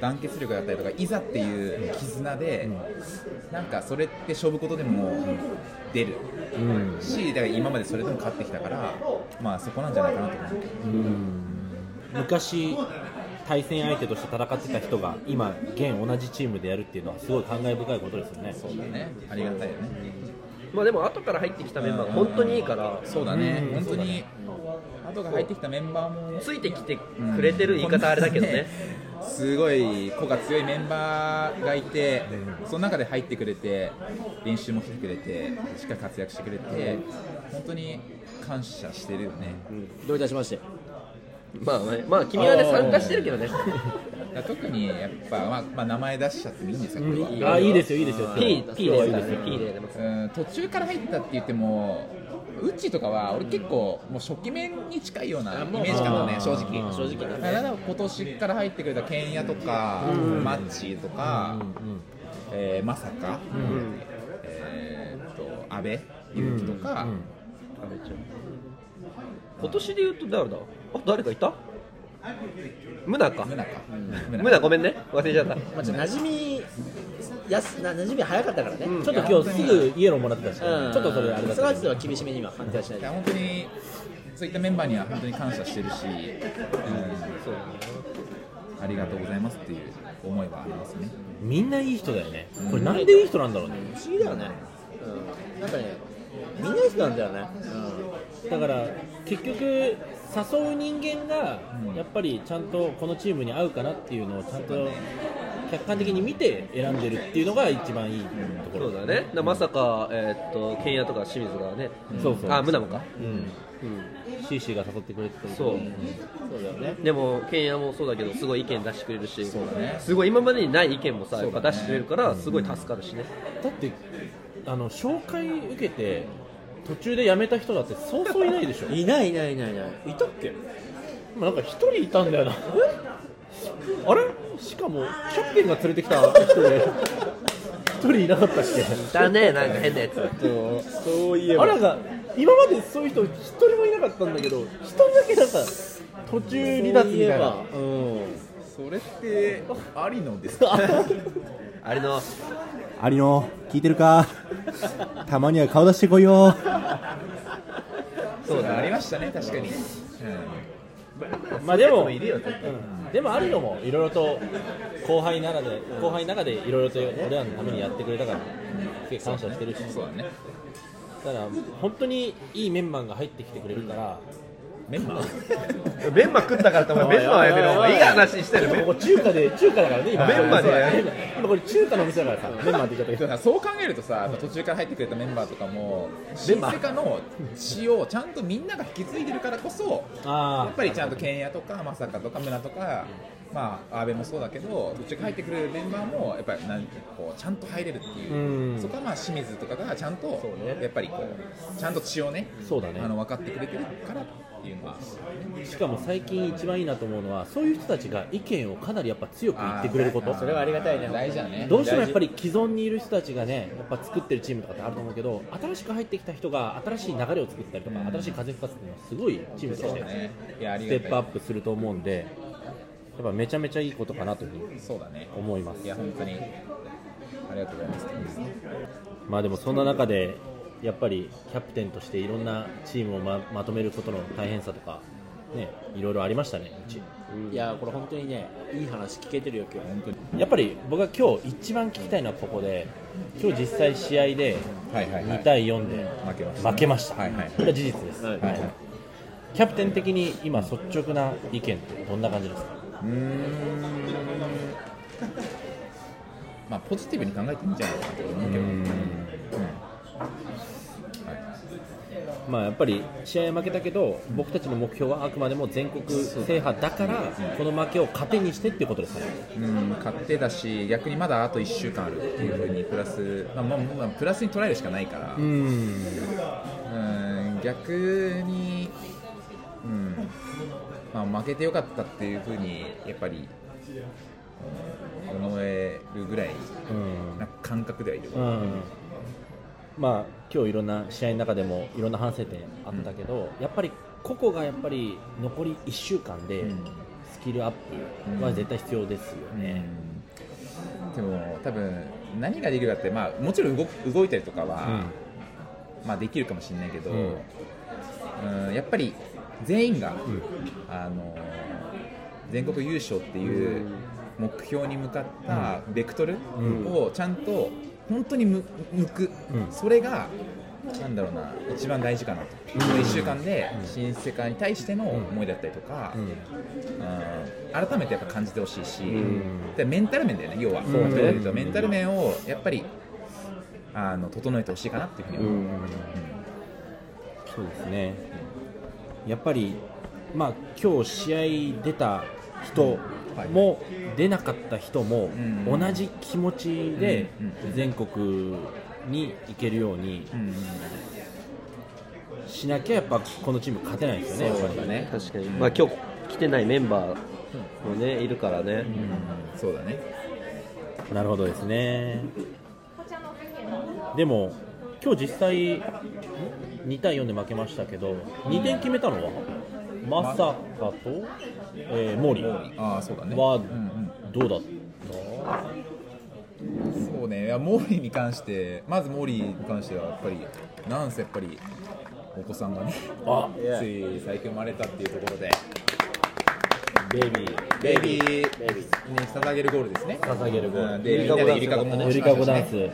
S8: 団結力だったりとかいざっていう絆で、なんかそれって勝負ことでも出る、しだから今までそれでも勝ってきたからまあそこなんじゃないかなと思うけど
S5: 昔対戦相手として戦ってた人が今現同じチームでやるっていうのはすごい感慨深いことですよね
S8: そうだねありがたいよね
S4: まあでも後から入ってきたメンバーが本当にいいから、
S8: そうだね、本当に、後が入ってきたメンバーも、
S4: ついてきてくれてる言い方あれだけどね。
S8: すごい子が強いメンバーがいて、その中で入ってくれて、練習も来てくれて、しっかり活躍してくれて、本当に感謝してるよね、
S1: どういたしまして
S4: まあねまあ君はね参加してるけどね。
S8: だから特にやっぱ、まあまあ、名前出しちゃってもいいんですか、これは。
S5: あいいですよいいですよ
S4: P P ですからね。P で出ます。
S8: うん途中から入ったって言ってもウッチーとかは俺結構もう初期面に近いようなイメージかもね正直正直だから今年から入ってくれたケンヤとかマッチーとかえーまさかえーっと阿部勇樹とか
S4: 今年で言うと誰だ。あ誰かいた？ムナか。
S8: 宗か
S4: ムナごめんね忘れちゃった。
S1: まあちょっと馴染みやすな馴染み早かったからね
S5: ちょっと今日すぐイエローもらってたし、ちょっとそれあれだった
S1: それはちょ
S5: け
S1: っ
S5: ど
S1: と厳しめに今判定はしないい
S8: や
S1: と
S8: 本当にそういったメンバーには本当に感謝してるしうんありがとうございますっていう思いはありますね
S5: みんないい人だよねこれなんでいい人なんだろうね
S1: 不思議だよねうんなんかねみんないい人なんだよね
S5: だから結局誘う人間がやっぱりちゃんとこのチームに合うかなっていうのをちゃんと客観的に見て選んでるっていうのが一番いいとこ
S4: そ
S5: ろ
S4: うだね。なまさかえーっとケンヤとか清水がね。
S5: そうそう
S4: あムナもか。
S5: うん、シーシーが誘ってくれてたりとか
S4: そう。
S1: そうだよね
S4: でもケンヤもそうだけどすごい意見出してくれるし。
S8: そうだね
S4: すごい今までにない意見もさ、やっ
S8: うだ
S4: ぱ
S8: ね
S4: 出してくれるからすごい助かるしね。
S5: だってあの紹介受けて途中で辞めた人だってそうそういない
S1: (laughs)
S5: でしょ
S1: いないいないいないいないいたっけ
S5: 今なんか一人いたんだよなあれしかもキャプテンが連れてきた人で一人いなかったっけ
S4: だねなんか変なやつ。
S1: そういえ
S5: あらが今までそういう人一人もいなかったんだけど一人だけなんか途中離脱みたいな
S8: それってありのですか
S4: あれの
S3: ありの聞いてるかたまには顔出してこいよ
S8: そうだありましたね確かに、うん
S5: まあでも、
S1: いるよ絶対
S5: うんでもあるのもいろいろと後輩ならで後輩の中でいろいろと俺らのためにやってくれたからすげえ感謝してるし
S8: そうだね
S5: ただ本当にいいメンバーが入ってきてくれるから
S8: メンバー
S4: メンマ食ったからってお前メンマはやめろお前いい話してるメン
S5: ここ中華で中華だからね今
S4: メンマで
S5: 今これ中華のお店だからさメンマって言っちゃったけ
S8: (laughs) だからそう考えるとさ、やっぱ途中から入ってくれたメンバーとかも、新世界の血をちゃんとみんなが引き継いでるからこそ、
S5: どあ
S8: やっぱりちゃんと剣屋とか、まさかとか、村とか、まあ、阿部もそうだけど、途中から入ってくるメンバーも、やっぱりなんこうちゃんと入れるっていう、
S5: うん
S8: そこはまあ清水とかがちゃんと、
S5: うね
S8: やっぱりこう、ちゃんと血をね、
S5: そうだね
S8: あの分かってくれてるからっていうのは、
S5: しかも最近一番いいなと思うのはそういう人たちが意見をかなりやっぱ強く言ってくれること
S8: それはありがたいね、大事だね。
S5: どうしてもやっぱり既存にいる人たちがねやっぱ作ってるチームとかってあると思うけど新しく入ってきた人が新しい流れを作ったりとか新しい風吹かすっていうのはすごいチームと
S8: そ
S5: し
S8: う
S5: て
S8: だね、いや、あり
S5: ス
S8: がた
S5: テ
S8: い
S5: ップアップすると思うんでやっぱめちゃめちゃいいことかなというふうに
S8: そうだね、
S5: 思います
S8: いや、本当に、ありがとうございます。
S5: まあでもそんな中でやっぱりキャプテンとしていろんなチームをままとめることの大変さとかねいろいろありましたねうち
S1: いやこれ本当にねいい話聞けてるよ今日本当に
S5: やっぱり僕が今日一番聞きたいのはここで今日実際試合で
S8: はいはいはい
S5: 2対4で
S8: 負けました
S5: 負けました
S8: はいはい
S5: これは事実です、
S1: はい
S5: はいキャプテン的に今率直な意見ってどんな感じですか
S8: うーんまあポジティブに考えていいんじゃないかなと思うけど
S5: まあやっぱり試合は負けたけど僕たちの目標はあくまでも全国制覇だからこの負けを糧にしてっていうことですね
S8: うん勝手だし逆にまだあと1週間あるっていうふうにプラス、まあ、もうもうプラスに捉えるしかないからうーん逆に、うんまあ、負けてよかったっていうふうにやっぱりうん思えるぐらいな感覚ではいる、
S5: うんまあ今日いろんな試合の中でもいろんな反省点あったけど、やっぱり個々がやっぱり残り1週間で
S8: ん
S5: スキルアップは絶対必要ですよね。
S8: でも多分何ができるかって、まあ、もちろん動く動いたりとかは、まあ、できるかもしれないけど、うんん、やっぱり全員が、あの全国優勝っていう目標に向かったベクトルをちゃんと本当にむ向く、それがなんだろうな一番大事かなと、この1週間で新世界に対しての思いだったりとか、うん改めてやっぱ感じてほしいし、でメンタル面だよね要は、そういう意味ではメンタル面をやっぱりあの整えてほしいかなっていうふうに思う。
S5: そうですねやっぱり、まあ、今日試合出た人も、出なかった人も、
S8: ん
S5: 同じ気持ちで全国に行けるようにしなきゃやっぱこのチーム勝てないですよね。やっぱり
S4: ね確かにまあ今日来てないメンバーもねいるからね
S8: そうだね。
S5: なるほどですね。でも今日実際2対4で負けましたけど、2点決めたのはまさかと、えー、モーリー
S8: ああ、そうだね。
S5: は
S8: うん
S5: どうだっ
S8: うん、そうね。いや、モーリーに関して、まずモーリーに関しては、やっぱり、なんせやっぱり、お子さんがね、つい最近生まれたっていうところで、ベイビー、ベイビー、ね、捧げるゴールですね。捧げるゴール。で、みんなでゆりかごも
S5: た？
S8: ね
S5: ゆりかごダンス、有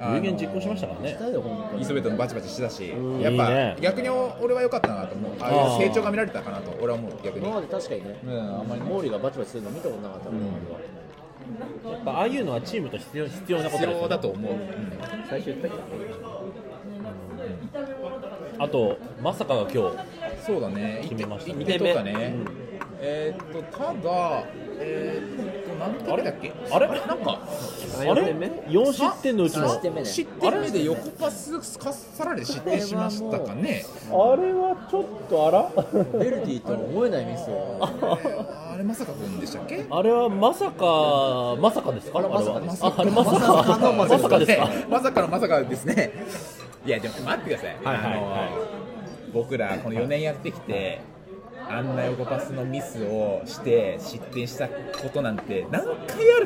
S8: あのー
S5: 言実行しましたからね。
S8: イソベットもバチバチしてたし、
S5: ん
S8: やっぱ
S5: いいね
S8: 逆に俺は良かったなと思う。ああいう成長が見られたかなと、俺は思う逆に
S1: 今。まで確かにね
S8: うん、あんまりね
S1: 毛利がバチバチするの見たことなかったもん俺は
S5: やっぱああいうのはチームと必要必要なことで
S8: 必
S5: すよ
S8: 要
S5: ね
S8: だと思う。
S1: 最初言ったけど
S5: あとまさかが今日
S8: そうだね、
S5: 決めましたね
S8: 1点取ったね。えーっと、ただ、えーっと、何点目だっけ
S5: あれ
S8: なんか、
S5: あれ4失点のうちの
S1: 3点目ね
S8: 失点目で横パスかっさられて失点しましたかね。
S5: あれはちょっとあら
S1: ベルディとは思えないミスを
S8: あれ、まさかくんでしたっけ
S5: あれはまさかまさかですかあれはああれまさかまさかですか
S8: まさかのまさかですね。 (laughs) いや、でも待ってください。
S5: はいはい
S8: あの僕ら、この4年やってきて、あんな横パスのミスをして失点したことなんて何回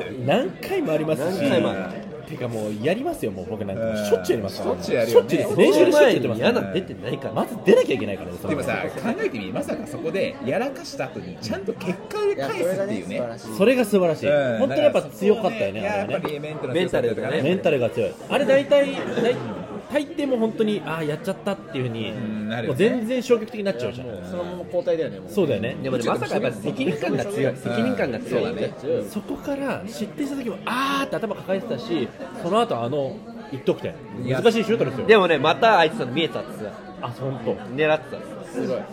S8: ある
S5: 何回もありますし
S8: 回もあ
S5: てかもうやりますよもう僕なんかしょっちゅうやりますから
S8: しょっちゅうやる
S5: しょ
S8: よね
S5: っちゅう
S4: 練
S5: 練習
S4: 習
S5: でしょっち
S4: 前
S5: ゅうやってま
S4: に
S5: す
S4: 嫌なの出てないから
S5: まず出なきゃいけないからねその
S8: でもさ考えてみまさかそこでやらかした後にちゃんと結果で
S1: いやそ
S8: 返
S1: れ
S8: す
S1: が
S8: って
S1: ね
S8: い
S1: 素晴
S8: うね
S1: らしい
S5: それが素晴らしい
S8: うん
S5: 本当にやっぱ強かったよね
S8: だ
S5: あ
S8: らそ
S5: れ
S8: こをや
S5: は
S8: っぱ
S5: ね
S8: りメンタル
S4: メンタルとかね
S5: メンタルが強いあれ大体大大抵もう本当にああやっちゃったっていうふうに
S8: んな
S5: も
S8: る
S5: う
S8: よね
S5: 全然消極的になっちゃうじゃん
S1: そのまま交代だよねもう
S5: そうだよね
S4: でもねまさかやっぱ責任感が強い責任感が強いね
S5: そこから失点した時もあーって頭抱えてたしその後あの一得点難しいシュートですよ
S4: でもねまたあいつの見えたっつう
S5: あ本当。
S4: 狙ってたっ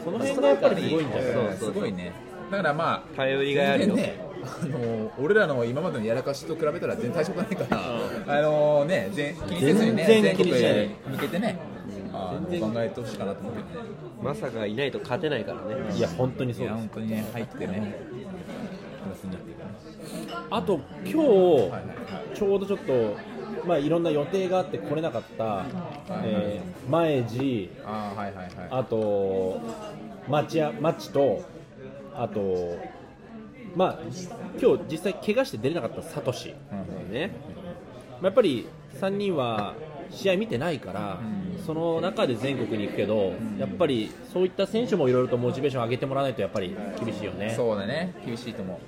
S5: その辺がやっぱりすごいんじゃない
S8: うんすごいねだからまあ
S4: つ頼りがいある
S8: 全然
S4: よ
S8: ねあの俺らの今までのやらかしと比べたら全然大したことないから、あのね、全気にせずにね、
S5: 全然
S8: 全
S5: 気
S8: 国
S5: にしない
S8: へ向けてね、あの考えてほしいかなと思うけどね、
S4: まさかがいないと勝てないからね
S5: いや本当に
S8: い
S5: そう
S8: や、
S5: です
S8: 本当にね、入ってね、プラスになってるからね
S5: あと今日、ちょうどちょっと、まあ、いろんな予定があって来れなかった、えー前地、
S8: あーはいはいはい、
S5: あと町や町と、あと、まあ今日実際、怪我して出れなかったサトシ、ねまあ、やっぱり3人は試合見てないから、その中で全国に行くけど、やっぱりそういった選手もいろいろとモチベーション上げてもらわないとやっぱり厳しいよね。
S8: そうだね、厳しいと思う。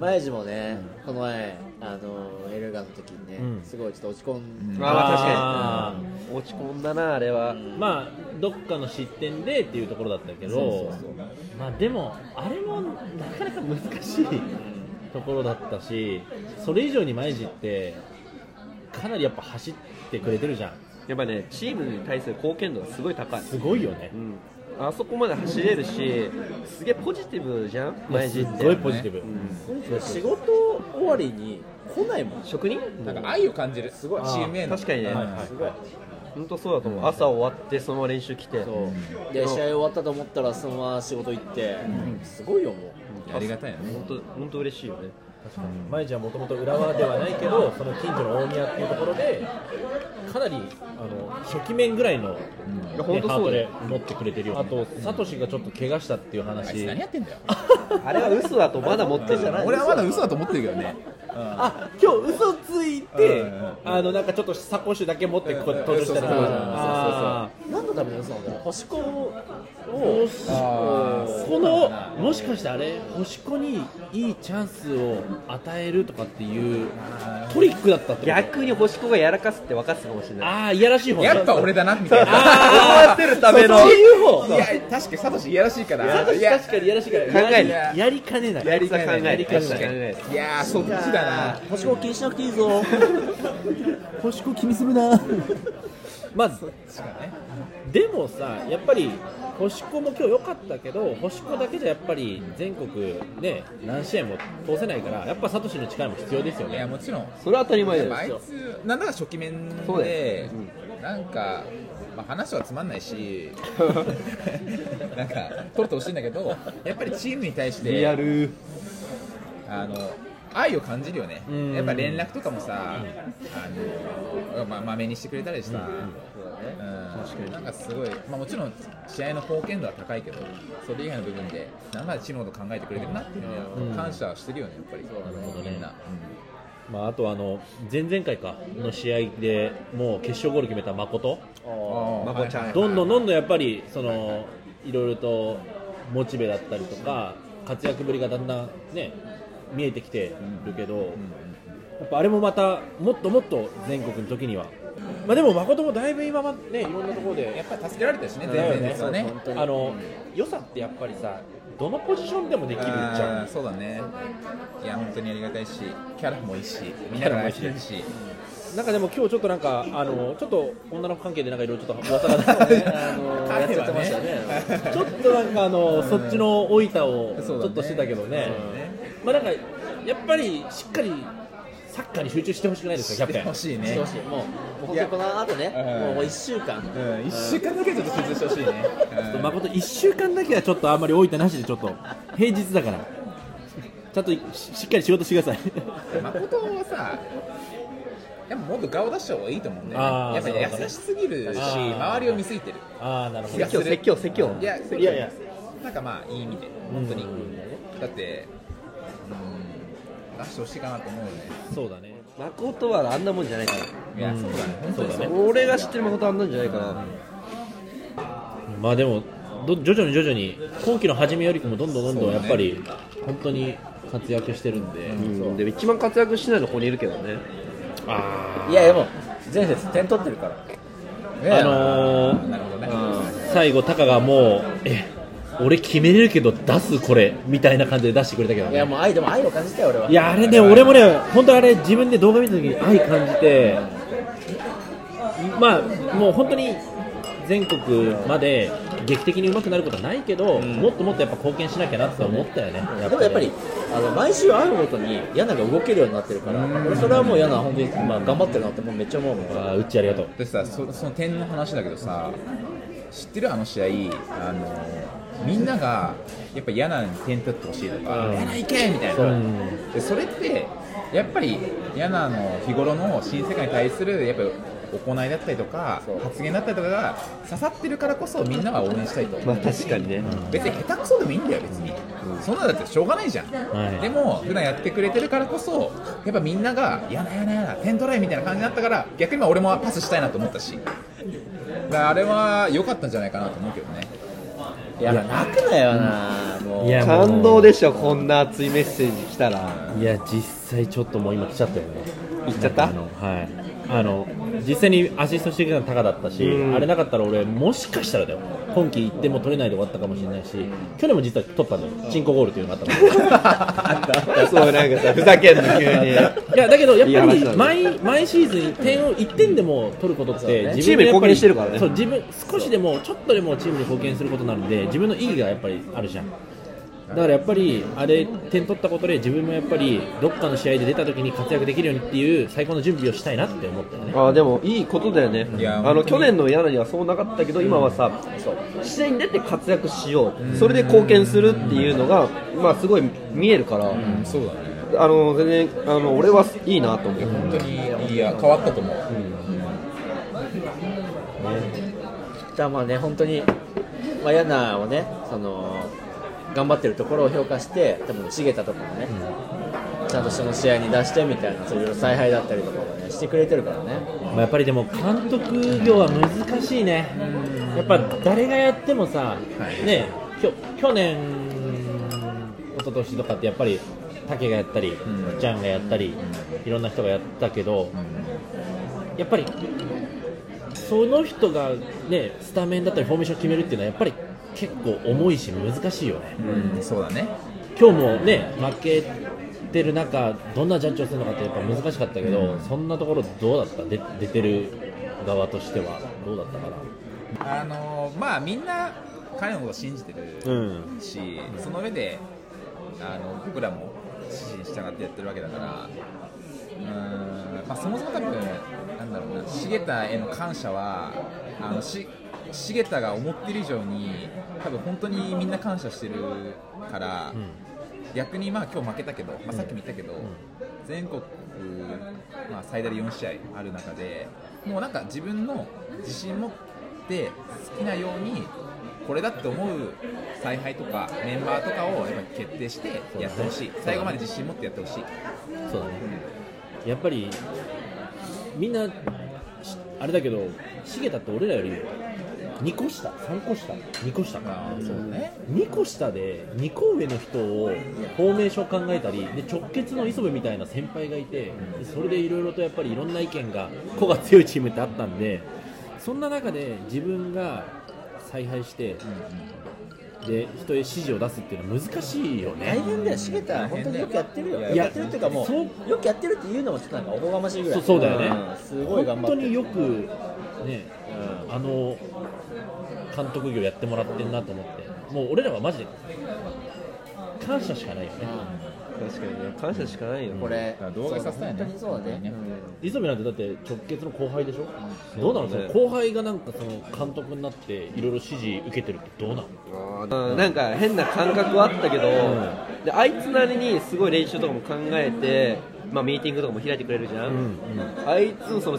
S1: 前地もねこの前あのエルガの時にね、
S5: うん
S1: すごいちょっと落ち込ん
S8: うん
S1: で、
S4: まあまあ
S5: あー
S4: 確かに落ち込んだなあれは
S5: まあ、どっかの失点でっていうところだったけど、まあでも、あれもなかなか難しいところだったし、それ以上に前路って、かなりやっぱ走ってくれてるじゃん、
S4: やっぱねチームに対する貢献度がすごい高い
S5: すごいよね
S4: う、んあそこまで走れるしすげえポジティブじゃん前
S5: す
S4: 陣
S5: っ
S4: って
S5: ごいポジティブ、
S1: 仕事終わりに来ないもん
S4: 職人
S8: なんか愛を感じる、すごいチームへの。
S4: 確かにね、
S8: うん
S5: はいはい
S1: すごい
S4: 本当そうだと思う、朝終わってそのまま練習来て
S1: そうで試合終わったと思ったらそのまま仕事行って、すごいよも
S8: ありがたいよね。
S4: 本当本当嬉しいよね
S5: 前路はもともと浦和ではないけど、その近所の大宮っていうところで、かなりあの初期面ぐらいの、ね
S4: いや本当
S5: ハー
S4: そ
S5: ト
S4: うだよ
S5: で持ってくれてるよ、ね、あと、サトシがちょっと怪我したっていう
S8: あ
S5: 話
S8: いつ。何やってんだよ。
S4: (laughs) あれは嘘だとまだ持ってんじゃない
S8: 俺はまだ嘘だと思ってるけどね。
S5: あ今日嘘ついて、
S8: うんうんうん
S5: あのなんかちょっとサコッシュだけ持ってこう登場したら
S8: うんうん
S5: あ
S1: う何のために嘘なんだろう星子を
S8: あ
S5: ーこのもしかしてあれ星子にいいチャンスを与えるとかっていうトリックだったってこと
S4: 逆に星子がやらかすって分かってたかもしれない
S5: ああいやらしい方ね
S8: やっぱ俺だなみたいな。
S5: あ
S4: 思わせるための
S5: そういう方
S8: いや確かにサトシいやらしいから。いや
S5: 確かにいやらしいから
S4: 考える
S5: やりやりかねない
S4: やり方考え
S5: やりかね
S4: 考
S5: ない
S4: え
S8: いやーそっちだ
S1: 星子を気にしなくてい
S5: (laughs)
S1: いぞ
S7: 星子気にするな
S5: まずでもさやっぱり星子も今日良かったけど星子だけじゃやっぱり全国ね何試合も通せないからやっぱサトシの力も必要ですよ
S8: な。いや
S5: ね
S8: もちろん。
S4: それは当たり前
S8: あ
S4: です
S8: い
S4: よ
S8: つなんだか初期面
S4: そうだ
S8: で、なんか、まあ、話はつまんないし (laughs) なんか取れてほしいんだけどやっぱりチームに対して
S4: ル
S8: あの愛を感じるよね
S5: ん
S8: やっぱ連絡とかもさあの、まあ、まめにしてくれたりした、うんなんかすごい、まあ、もちろん試合の貢献度は高いけどそれ以外の部分でなんかチームのこと考えてくれてるなっていうのは、感謝してるよねやっぱりみんな、
S5: まあ、あとはあの前々回かの試合でもう決勝ゴール決めた誠
S8: まこちゃん
S5: どんどんどんどんやっぱりそのいろいろとモチベだったりとか活躍ぶりがだんだんね見えてきてるけど、やっぱあれもまたもっともっと全国の時には、まあ、でも誠もだいぶ今までねいろんなところで
S8: やっぱり助けられたしね、
S5: だよ
S8: 全
S5: ね
S8: 然ですよね。
S5: あの良さってやっぱりさどのポジションでもできるじゃ
S8: あー
S5: ん
S8: そうだね。いや、本当にありがたいし、キャラもいいし、みんなが大好きだし。
S5: なんかでも今日ちょっとなんかあのちょっと女の子関係でなんかいろいろちょっと噂
S8: (laughs)
S5: が出てねあの
S8: 彼はね、
S5: (laughs)
S8: (laughs)
S5: ちょっとなんかあの、そっちの老いたをち
S8: そうだね
S5: ょっとしてたけどね、まあなんかやっぱりしっかりサッカーに集中してほしくないですか、キャプテ
S8: 欲
S5: ン。
S8: しい
S1: して
S8: ね
S1: ほ。しいもうもう本当にこの後ね
S8: うん
S1: もう1週間
S8: うん、一週間だけちょっと集中してほしいね。うん
S5: 誠1週間だけはちょっとあんまり老いたなしで、ちょっと平日だから、ちゃんとししっかり仕事してください。
S8: 誠はさ、やっぱもっと顔出した方がいいと思うんだ
S5: あ
S8: よ
S5: ー
S8: ね。
S5: なる
S8: やっ
S5: ほ
S8: ぱ
S5: どね
S8: 優しすぎるし、
S5: あー
S8: 周りを見すぎてる。
S5: ああ、な (laughs) るほ
S8: 気が
S5: ど。
S8: する
S4: 説教説教
S8: いや、
S5: いやいや
S8: なんかまあ、いい意味で、本当に。だって、うん出してほしいかなと思うよね。
S5: そうだね
S4: 誠はあんなもんじゃないから
S8: いや、そうだね。本当にそう
S4: 俺が知ってる誠あんなんじゃないかな
S5: まあでもど徐々に徐々に後期の初めよりもどんどんどんどんやっぱり本当に活躍してるんで、
S4: うんでも一番活躍してないのここにいるけどね
S5: あ
S6: いやでも前節点取ってるから
S5: ーあのー
S8: なるほどね。
S5: 最後タカがもうえ俺決めれるけど出すこれみたいな感じで出してくれたけど
S6: いや
S5: ね
S6: もう愛でも愛を感じたよ俺はい
S5: やあれね俺もね本当あれ自分で動画見た時に愛感じてまあもう本当に全国まで劇的に上手くなることはないけど、もっともっとやっぱ貢献しなきゃなって思ったよね、
S6: でもやっぱりあの毎週会うごとに柳が動けるようになってるから俺それはもう柳は本当に今頑張ってるなってもうめっちゃ思うもん
S5: あーうっちありがとう
S8: でさそその点の話だけどさ知ってるあの試合あのみんながやっぱ嫌なのに点取ってほしいとか嫌な行けみたいなでそれってやっぱり嫌なの日頃の新世界に対するやっぱ行いだったりとか発言だったりとかが刺さってるからこそみんなが応援したいと、
S4: 確かにね
S8: 別に下手くそでもいいんだよ別に、そんなのだってしょうがないじゃん、
S5: い
S8: でも普段やってくれてるからこそやっぱみんなが「やなやなやな点取れ」みたいな感じになったから逆に今俺もパスしたいなと思ったしだからあれは良かったんじゃないかなと思うけどね
S6: いや泣くなよなもう
S5: いやもう
S4: 感動でしょこんな熱いメッセージ来たら
S5: いや実際ちょっともう今来ちゃったよね
S4: 言っちゃった
S5: あのはいあの実際にアシストしてくれたのタカだったし、
S4: うん
S5: あれなかったら俺もしかしたらだよ今季1点も取れないで終わったかもしれないし去年も実は取ったんだよチンコゴールというのがあったの
S4: そうなんかさふざけんの急に
S5: いやだけどや
S4: いい
S5: っぱ
S4: 話だ
S5: り
S4: ね
S5: 毎毎シーズン点を1点でも取ることって、
S4: チームに貢献してるからね
S5: そう自分少しでもちょっとでもチームに貢献することになるんで自分の意義がやっぱりあるじゃんだからやっぱりあれ点取ったことで自分もやっぱりどっかの試合で出た時に活躍できるようにっていう最高の準備をしたいなって思ったよね
S4: あーでもいいことだよね
S8: いや
S4: あの
S8: 本当に
S4: 去年の柳はそうなかったけど今はさ試合に出て活躍しようそれで貢献するっていうのがまあすごい見えるから
S8: そうだね
S4: あの全然あの俺はいいなと思う
S8: 本当にいや変わったと思う、
S6: じゃあまあね本当に、まあ、ヤナをねその頑張ってるところを評価して多分茂田とかもね、ちゃんとその試合に出してみたいなそういう采配だったりとかもねしてくれてるからね
S5: まあ、やっぱりでも監督業は難しいね、やっぱ誰がやってもさ、ね、きょ去年、一昨年とかってやっぱり竹がやったり、
S8: ん
S5: ちゃんがやったり、いろんな人がやったけど、やっぱりその人が、ね、スタメンだったりフォーメーション決めるっていうのはやっぱり結構重いし難しいよね。
S8: うんそうだね
S5: 今日もね負けてる中どんなジャッジをするのかってやっぱ難しかったけど、そんなところどうだったで出てる側としてはどうだったかな
S8: あのまあみんな彼のことを信じてるし、その上であの僕らも指示に従ってやってるわけだからうーん、まあ、そもそも多分なんだろうな重田への感謝はあのし重田が思ってる以上に多分本当にみんな感謝してるから、逆にまあ今日負けたけど、まあ、さっきも言ったけど、全国、まあ、最大で4試合ある中でもうなんか自分の自信持って好きなようにこれだって思う采配とかメンバーとかをやっぱ決定してやってほしい、最後まで自信持ってやってほしい。
S5: そうだねやっぱりみんなしあれだけど茂田って俺らより2個下3個下2個下か
S8: あーそうだね
S5: 2個下で2個上の人をフォーメーション考えたりで直結の磯部みたいな先輩がいてでそれでいろいろとやっぱりいろんな意見が個が強いチームってあったんでそんな中で自分が采配してで人へ指示を出すっていうのは難しいよね
S6: 大変だよ茂田は本当によくやってるよ
S8: い
S6: よ
S8: や
S6: くやってるっていうかも
S5: そう
S6: よくやってるっていうのもちょっとなんかおこがましいぐら
S5: そう
S6: い
S5: そうだよね、
S6: んすごい頑張
S5: 本
S6: っ
S5: 当
S6: て
S5: に
S6: る
S5: よくね、あの監督業やってもらってんなと思ってもう俺らはマジで感謝しかないよね
S4: 確かにね感謝しかないよ
S6: これ
S8: から動画させたいね
S6: そう本当にそうだね、
S5: 磯部なんてだって直結の後輩でしょ、どうなのその後輩がなんかその監督になっていろいろ指示受けてるってどうなの
S4: うんなんか変な感覚はあったけど、であいつなりにすごい練習とかも考えて、まあ、ミーティングとかも開いてくれるじゃん、あいつのその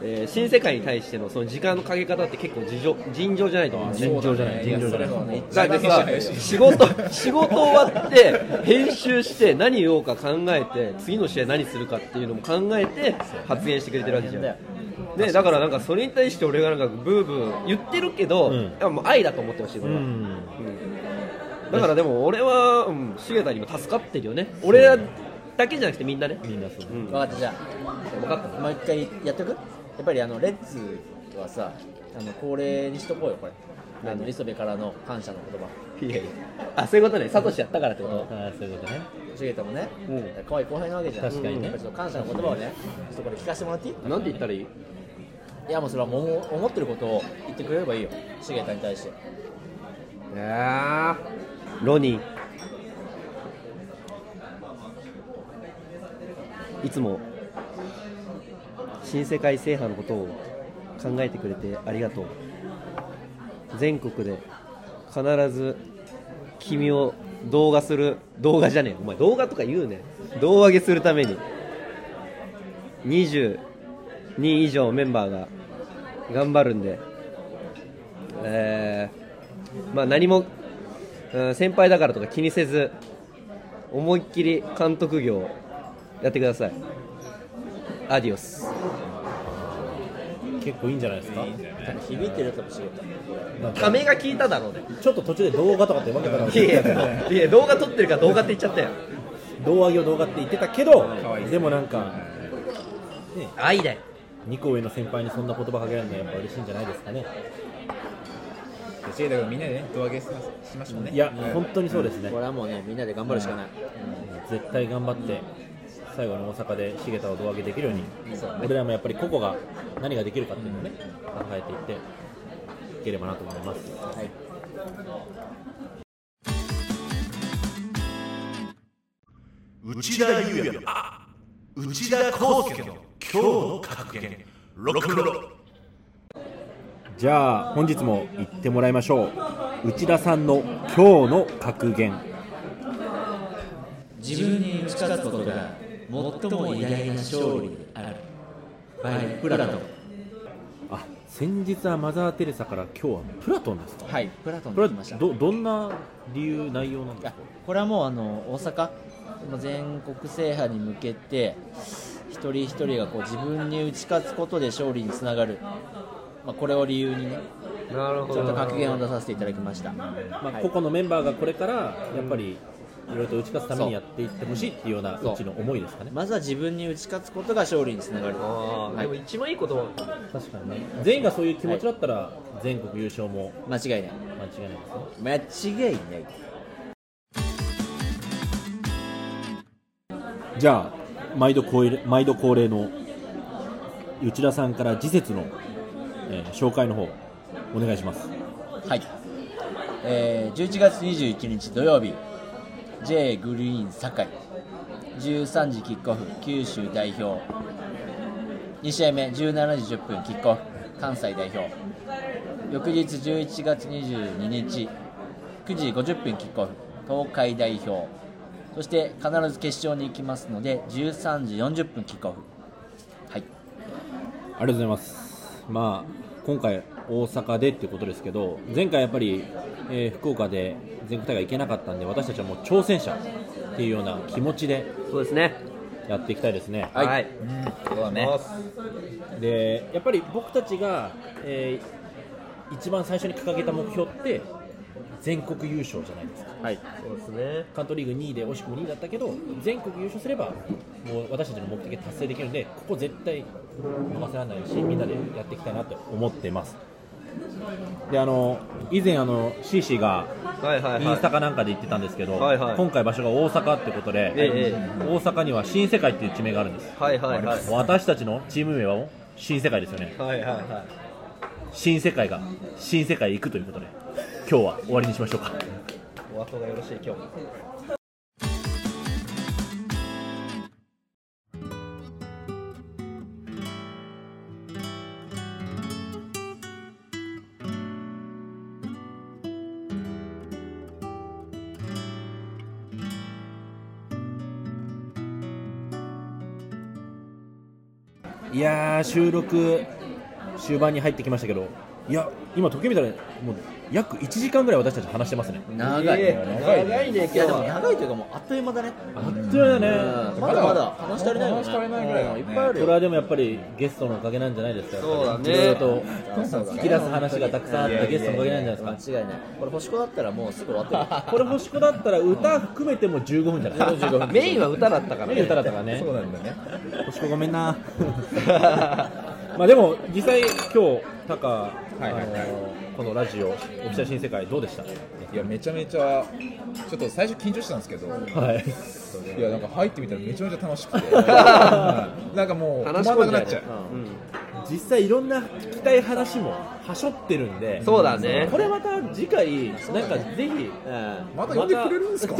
S4: えー新世界に対してのその時間のかけ方って結構尋常尋常じゃないと思うんですね
S8: 尋常じゃない尋常じゃない
S4: だってさ仕事仕事終わって編集して何言おうか考えて次の試合何するかっていうのも考えて発言してくれてるわけじゃんね、だからなんかそれに対して俺がなんかブーブー言ってるけど、いやもう愛だと思ってほしい、これはうんだからでも俺は、うん、茂田にも助かってるよね俺らだけじゃなくてみんなねみんなそう、ん、
S1: 分かったじゃあ
S4: 分かった
S1: もう一回やっとくやっぱりあのレッツはさあの恒例にしとこうよこれあの磯部からの感謝の言葉
S4: いやいやあそういうことねサトシやったからってこと、
S11: あそういうことね
S1: 重田もね、可愛い後輩なわけじゃん
S11: 確かにね
S1: やっぱりちょっと感謝の言葉をねちょっとこれ聞かせてもらっていい
S4: なんて言ったらいい
S1: いやもうそれはもう思ってることを言ってくれればいいよ重田に対して
S4: あーロニーいつも新世界制覇のことを考えてくれてありがとう全国で必ず君を動画する動画じゃねえお前動画とか言うね胴上げするために20人以上メンバーが頑張るんでえーまあ何も、うん先輩だからとか気にせず思いっきり監督業をやってくださいアディオス
S11: 結構いいんじゃないですか
S1: 響いてるかもしれない
S4: ためが効いただろうね
S5: ちょっと途中で動画とかってわけだから
S4: いやいやいや動画撮ってるから動画って言っちゃったよ
S5: 胴上げを動画って言ってたけどでもなんか
S4: 愛だよ
S5: 2個上の先輩にそんな言葉かけられるのはやっぱ嬉しいんじゃないですかね
S8: シゲタ君みんなでね胴上げしましましょうね
S5: いや本当にそうですね
S1: これはもうねみんなで頑張るしかない
S5: 絶対頑張って最後の大阪で重田を胴上げできるように俺らもやっぱり個々が何ができるかっていうのをね考えていっていければなと思います
S9: 内田裕也のあ内田康介の今日の格言ロックンロール
S5: じゃあ本日も言ってもらいましょう内田さんの今日の格言
S1: 自分に打ち勝つことが最も偉大な勝利であるバイプラトン
S5: あ先日はマザー・テレサから今日はプラトンですか
S1: はいプラトン
S5: これ
S1: で
S5: は
S1: きました
S5: どどんな理由内容なんです
S1: あ
S5: か
S1: これはもうあの大阪まあ全国制覇に向けて一人一人がこう自分に打ち勝つことで勝利につながる、まあ、これを理由にね
S4: なるほ
S1: ちょっと格言を出させていただきました
S5: まあ、個々のメンバーがこれからやっぱりいろいろと打ち勝つためにやっていってほしいっていうような
S1: そう
S5: うちの思いですかね、
S1: まずは自分に打ち勝つことが勝利につながる
S4: あーでも一番いい言葉
S5: 確かにね全員がそういう気持ちだったら全国優勝も
S1: 間違いな
S5: 間
S1: い
S5: 違いないですね
S1: 間違いない
S5: じゃあ毎度恒例毎度恒例の内田さんから次節の、えー紹介の方お願いします
S1: はい、えー、11月21日土曜日 J グリーン堺13時キックオフ九州代表2試合目17時10分キックオフ関西代表翌日11月22日9時50分キックオフ東海代表そして必ず決勝に行きますので13時40分キックオフは
S5: あ
S1: い
S5: りがとうございます。まあ今回大阪でっていうことですけど、前回やっぱり、えー福岡で全国大会行けなかったんで、私たちはもう挑戦者っていうような気持ちで
S4: そうですね
S5: やっていきたいですね。
S4: はい、
S8: そうだね
S5: で、やっぱり僕たちが、えー一番最初に掲げた目標って全国優勝じゃないですか。
S4: そうですね
S5: 関東リーグ2位で惜しくも2位だったけど、全国優勝すればもう私たちの目的が達成できるので、ここ絶対逃せられないし、みんなでやっていきたいなと思ってます。であの以前あの、シーシーが
S4: はいはい
S5: イ
S4: は
S5: ン
S4: い
S5: スタかなんかで言ってたんですけど、
S4: はいはい
S5: 今回、場所が大阪ってことで、
S4: ええ
S5: 大阪には新世界っていう地名があるんです、
S4: はいはいはい
S5: 私たちのチーム名は新世界ですよね、
S4: はいはいはい
S5: 新世界が新世界へ行くということで、今日は終わりにしましょうか。
S4: お後がよろしい今日
S5: いやー収録終盤に入ってきましたけどいや今時計見たらもう約1時間ぐらい私たち話してますね
S6: 長い、
S4: 長いね今
S6: いやでも長いというかもうあっという間だね、
S5: あっという間だね、
S6: うんまだまだ話し足りないよね
S8: 話し足りないぐらいだね
S6: うんっぱいある
S5: これ
S6: よ
S5: はでもやっぱりゲストのおかげなんじゃないですか
S4: そうだね
S5: いろいろと引き出す話がたくさんあったゲストのおかげなんじゃないですか
S6: 間違いないこれ星子だったらもうすぐ終わってる (laughs) よ
S5: これ星子だったら歌含めても15分じゃない15分
S4: メインは歌だったから
S5: (laughs) メイン歌だったからね
S8: そうなんだね。
S3: 星子ごめんな
S5: (laughs) まあでも実際今日タカ、
S8: はいはいはい
S5: あのこのラジオ「オフィシャル新世界」どうでした
S8: いやめちゃめちゃちょっと最初緊張してたんですけど、
S5: はい
S8: いやなんか入ってみたらめちゃめちゃ楽しくて、はいなんかもう止ま
S4: 話
S8: ら
S4: し込
S8: なん
S4: じ
S8: く
S4: ゃ
S8: な
S4: う
S8: っちゃう。
S5: 実際いろんな聞きたい話もはしょってるんで
S4: そうだね
S5: これまた次回なんかぜひ
S8: また呼んでくれる
S5: (laughs)
S8: んですか？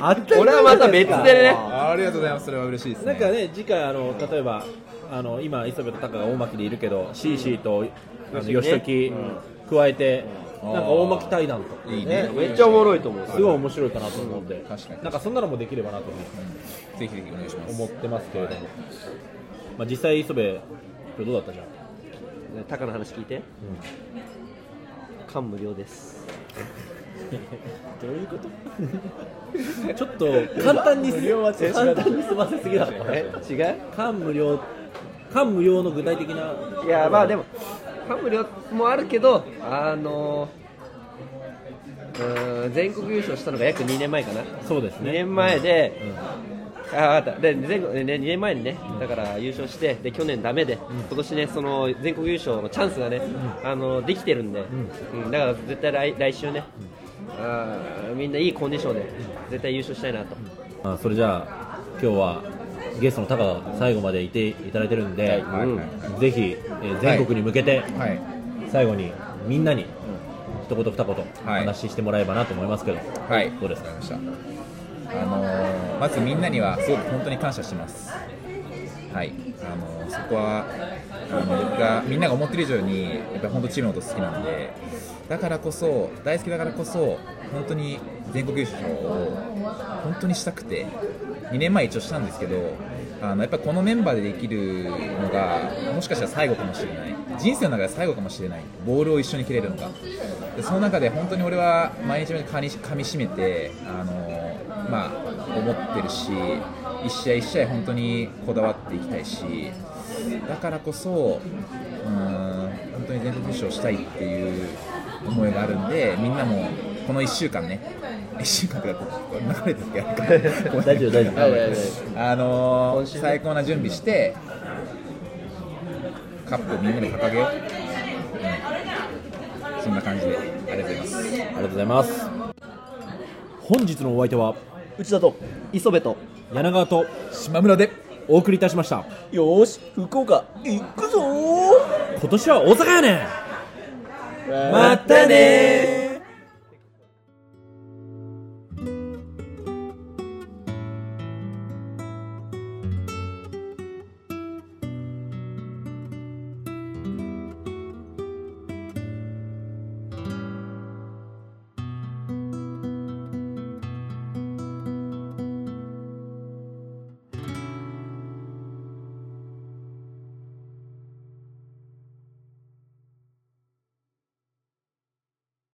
S5: あった
S4: 俺はまた別でね
S8: ありがとうございます。それは嬉しいです
S5: なん
S8: ね。
S5: かね次回あの例えばあの今磯部とタカが大巻でいるけどシーシーとあの
S4: 吉
S5: 吉時加えてなんか大巻対談とか
S8: いいね。
S4: めっちゃおもろいと思う
S5: すごい面白いかなと思うんで
S8: 確かに
S5: なんかそんなのもできればなと思って
S8: ぜひぜひお願いします。
S5: 思ってますけれども、まあ、実際磯部今日どうだったじゃん
S4: タカの話聞いて感無量です
S5: (laughs) ちょっと簡単に簡単に済ませすぎだった
S4: え違う
S5: 感無量感無量の具体的ない
S4: やまあでも感無量もあるけどあのうーん全国優勝したのが約2年前かな
S5: そうです
S4: 2
S5: ね
S4: 年前で、ああ分かったで全国、ね、2年前にねだから優勝してで去年ダメで、今年ねその全国優勝のチャンスがね、あのできてるんで、うんだから絶対来来週ね、あーみんないいコンディションで絶対優勝したいなと、
S5: あそれじゃあ今日はゲストのタカが最後までいていただいてるんで、
S8: はいはいはい
S5: ぜひ、えー全国に向けて
S8: はい。
S5: 最後にみんなに一言二言お
S8: はい
S5: 話ししてもらえばなと思いますけど、
S8: はい。
S5: どうですか
S8: わりました。あのーまずみんなにはすごく本当に感謝してます。はい。あのーそこはあの僕がみんなが思ってる以上にやっぱり本当チームのこと好きなんで、だからこそ大好きだからこそ本当に全国優勝を本当にしたくて2年前一応したんですけど。あのやっぱこのメンバーでできるのがもしかしたら最後かもしれない人生の中で最後かもしれないボールを一緒に蹴れるのがでその中で本当に俺は毎日かみ噛みしめて、あのまあ、思ってるし一試合一試合本当にこだわっていきたいしだからこそうーん本当に全国優勝したいっていう思いがあるんでみんなもこの1週間ね1週間とかこれ流れてるけど
S5: 大丈夫大丈夫
S6: はいはいはい
S8: あのー最高な準備してカップをみんなで掲げよう、うんそんな感じでありがとうございます
S5: ありがとうございます本日のお相手は
S4: 内田と磯部と
S5: 柳川と
S8: 島村で
S5: お送りいたしました
S6: よーし福岡行くぞ
S5: 今年は大阪やねん
S6: ー
S5: またねー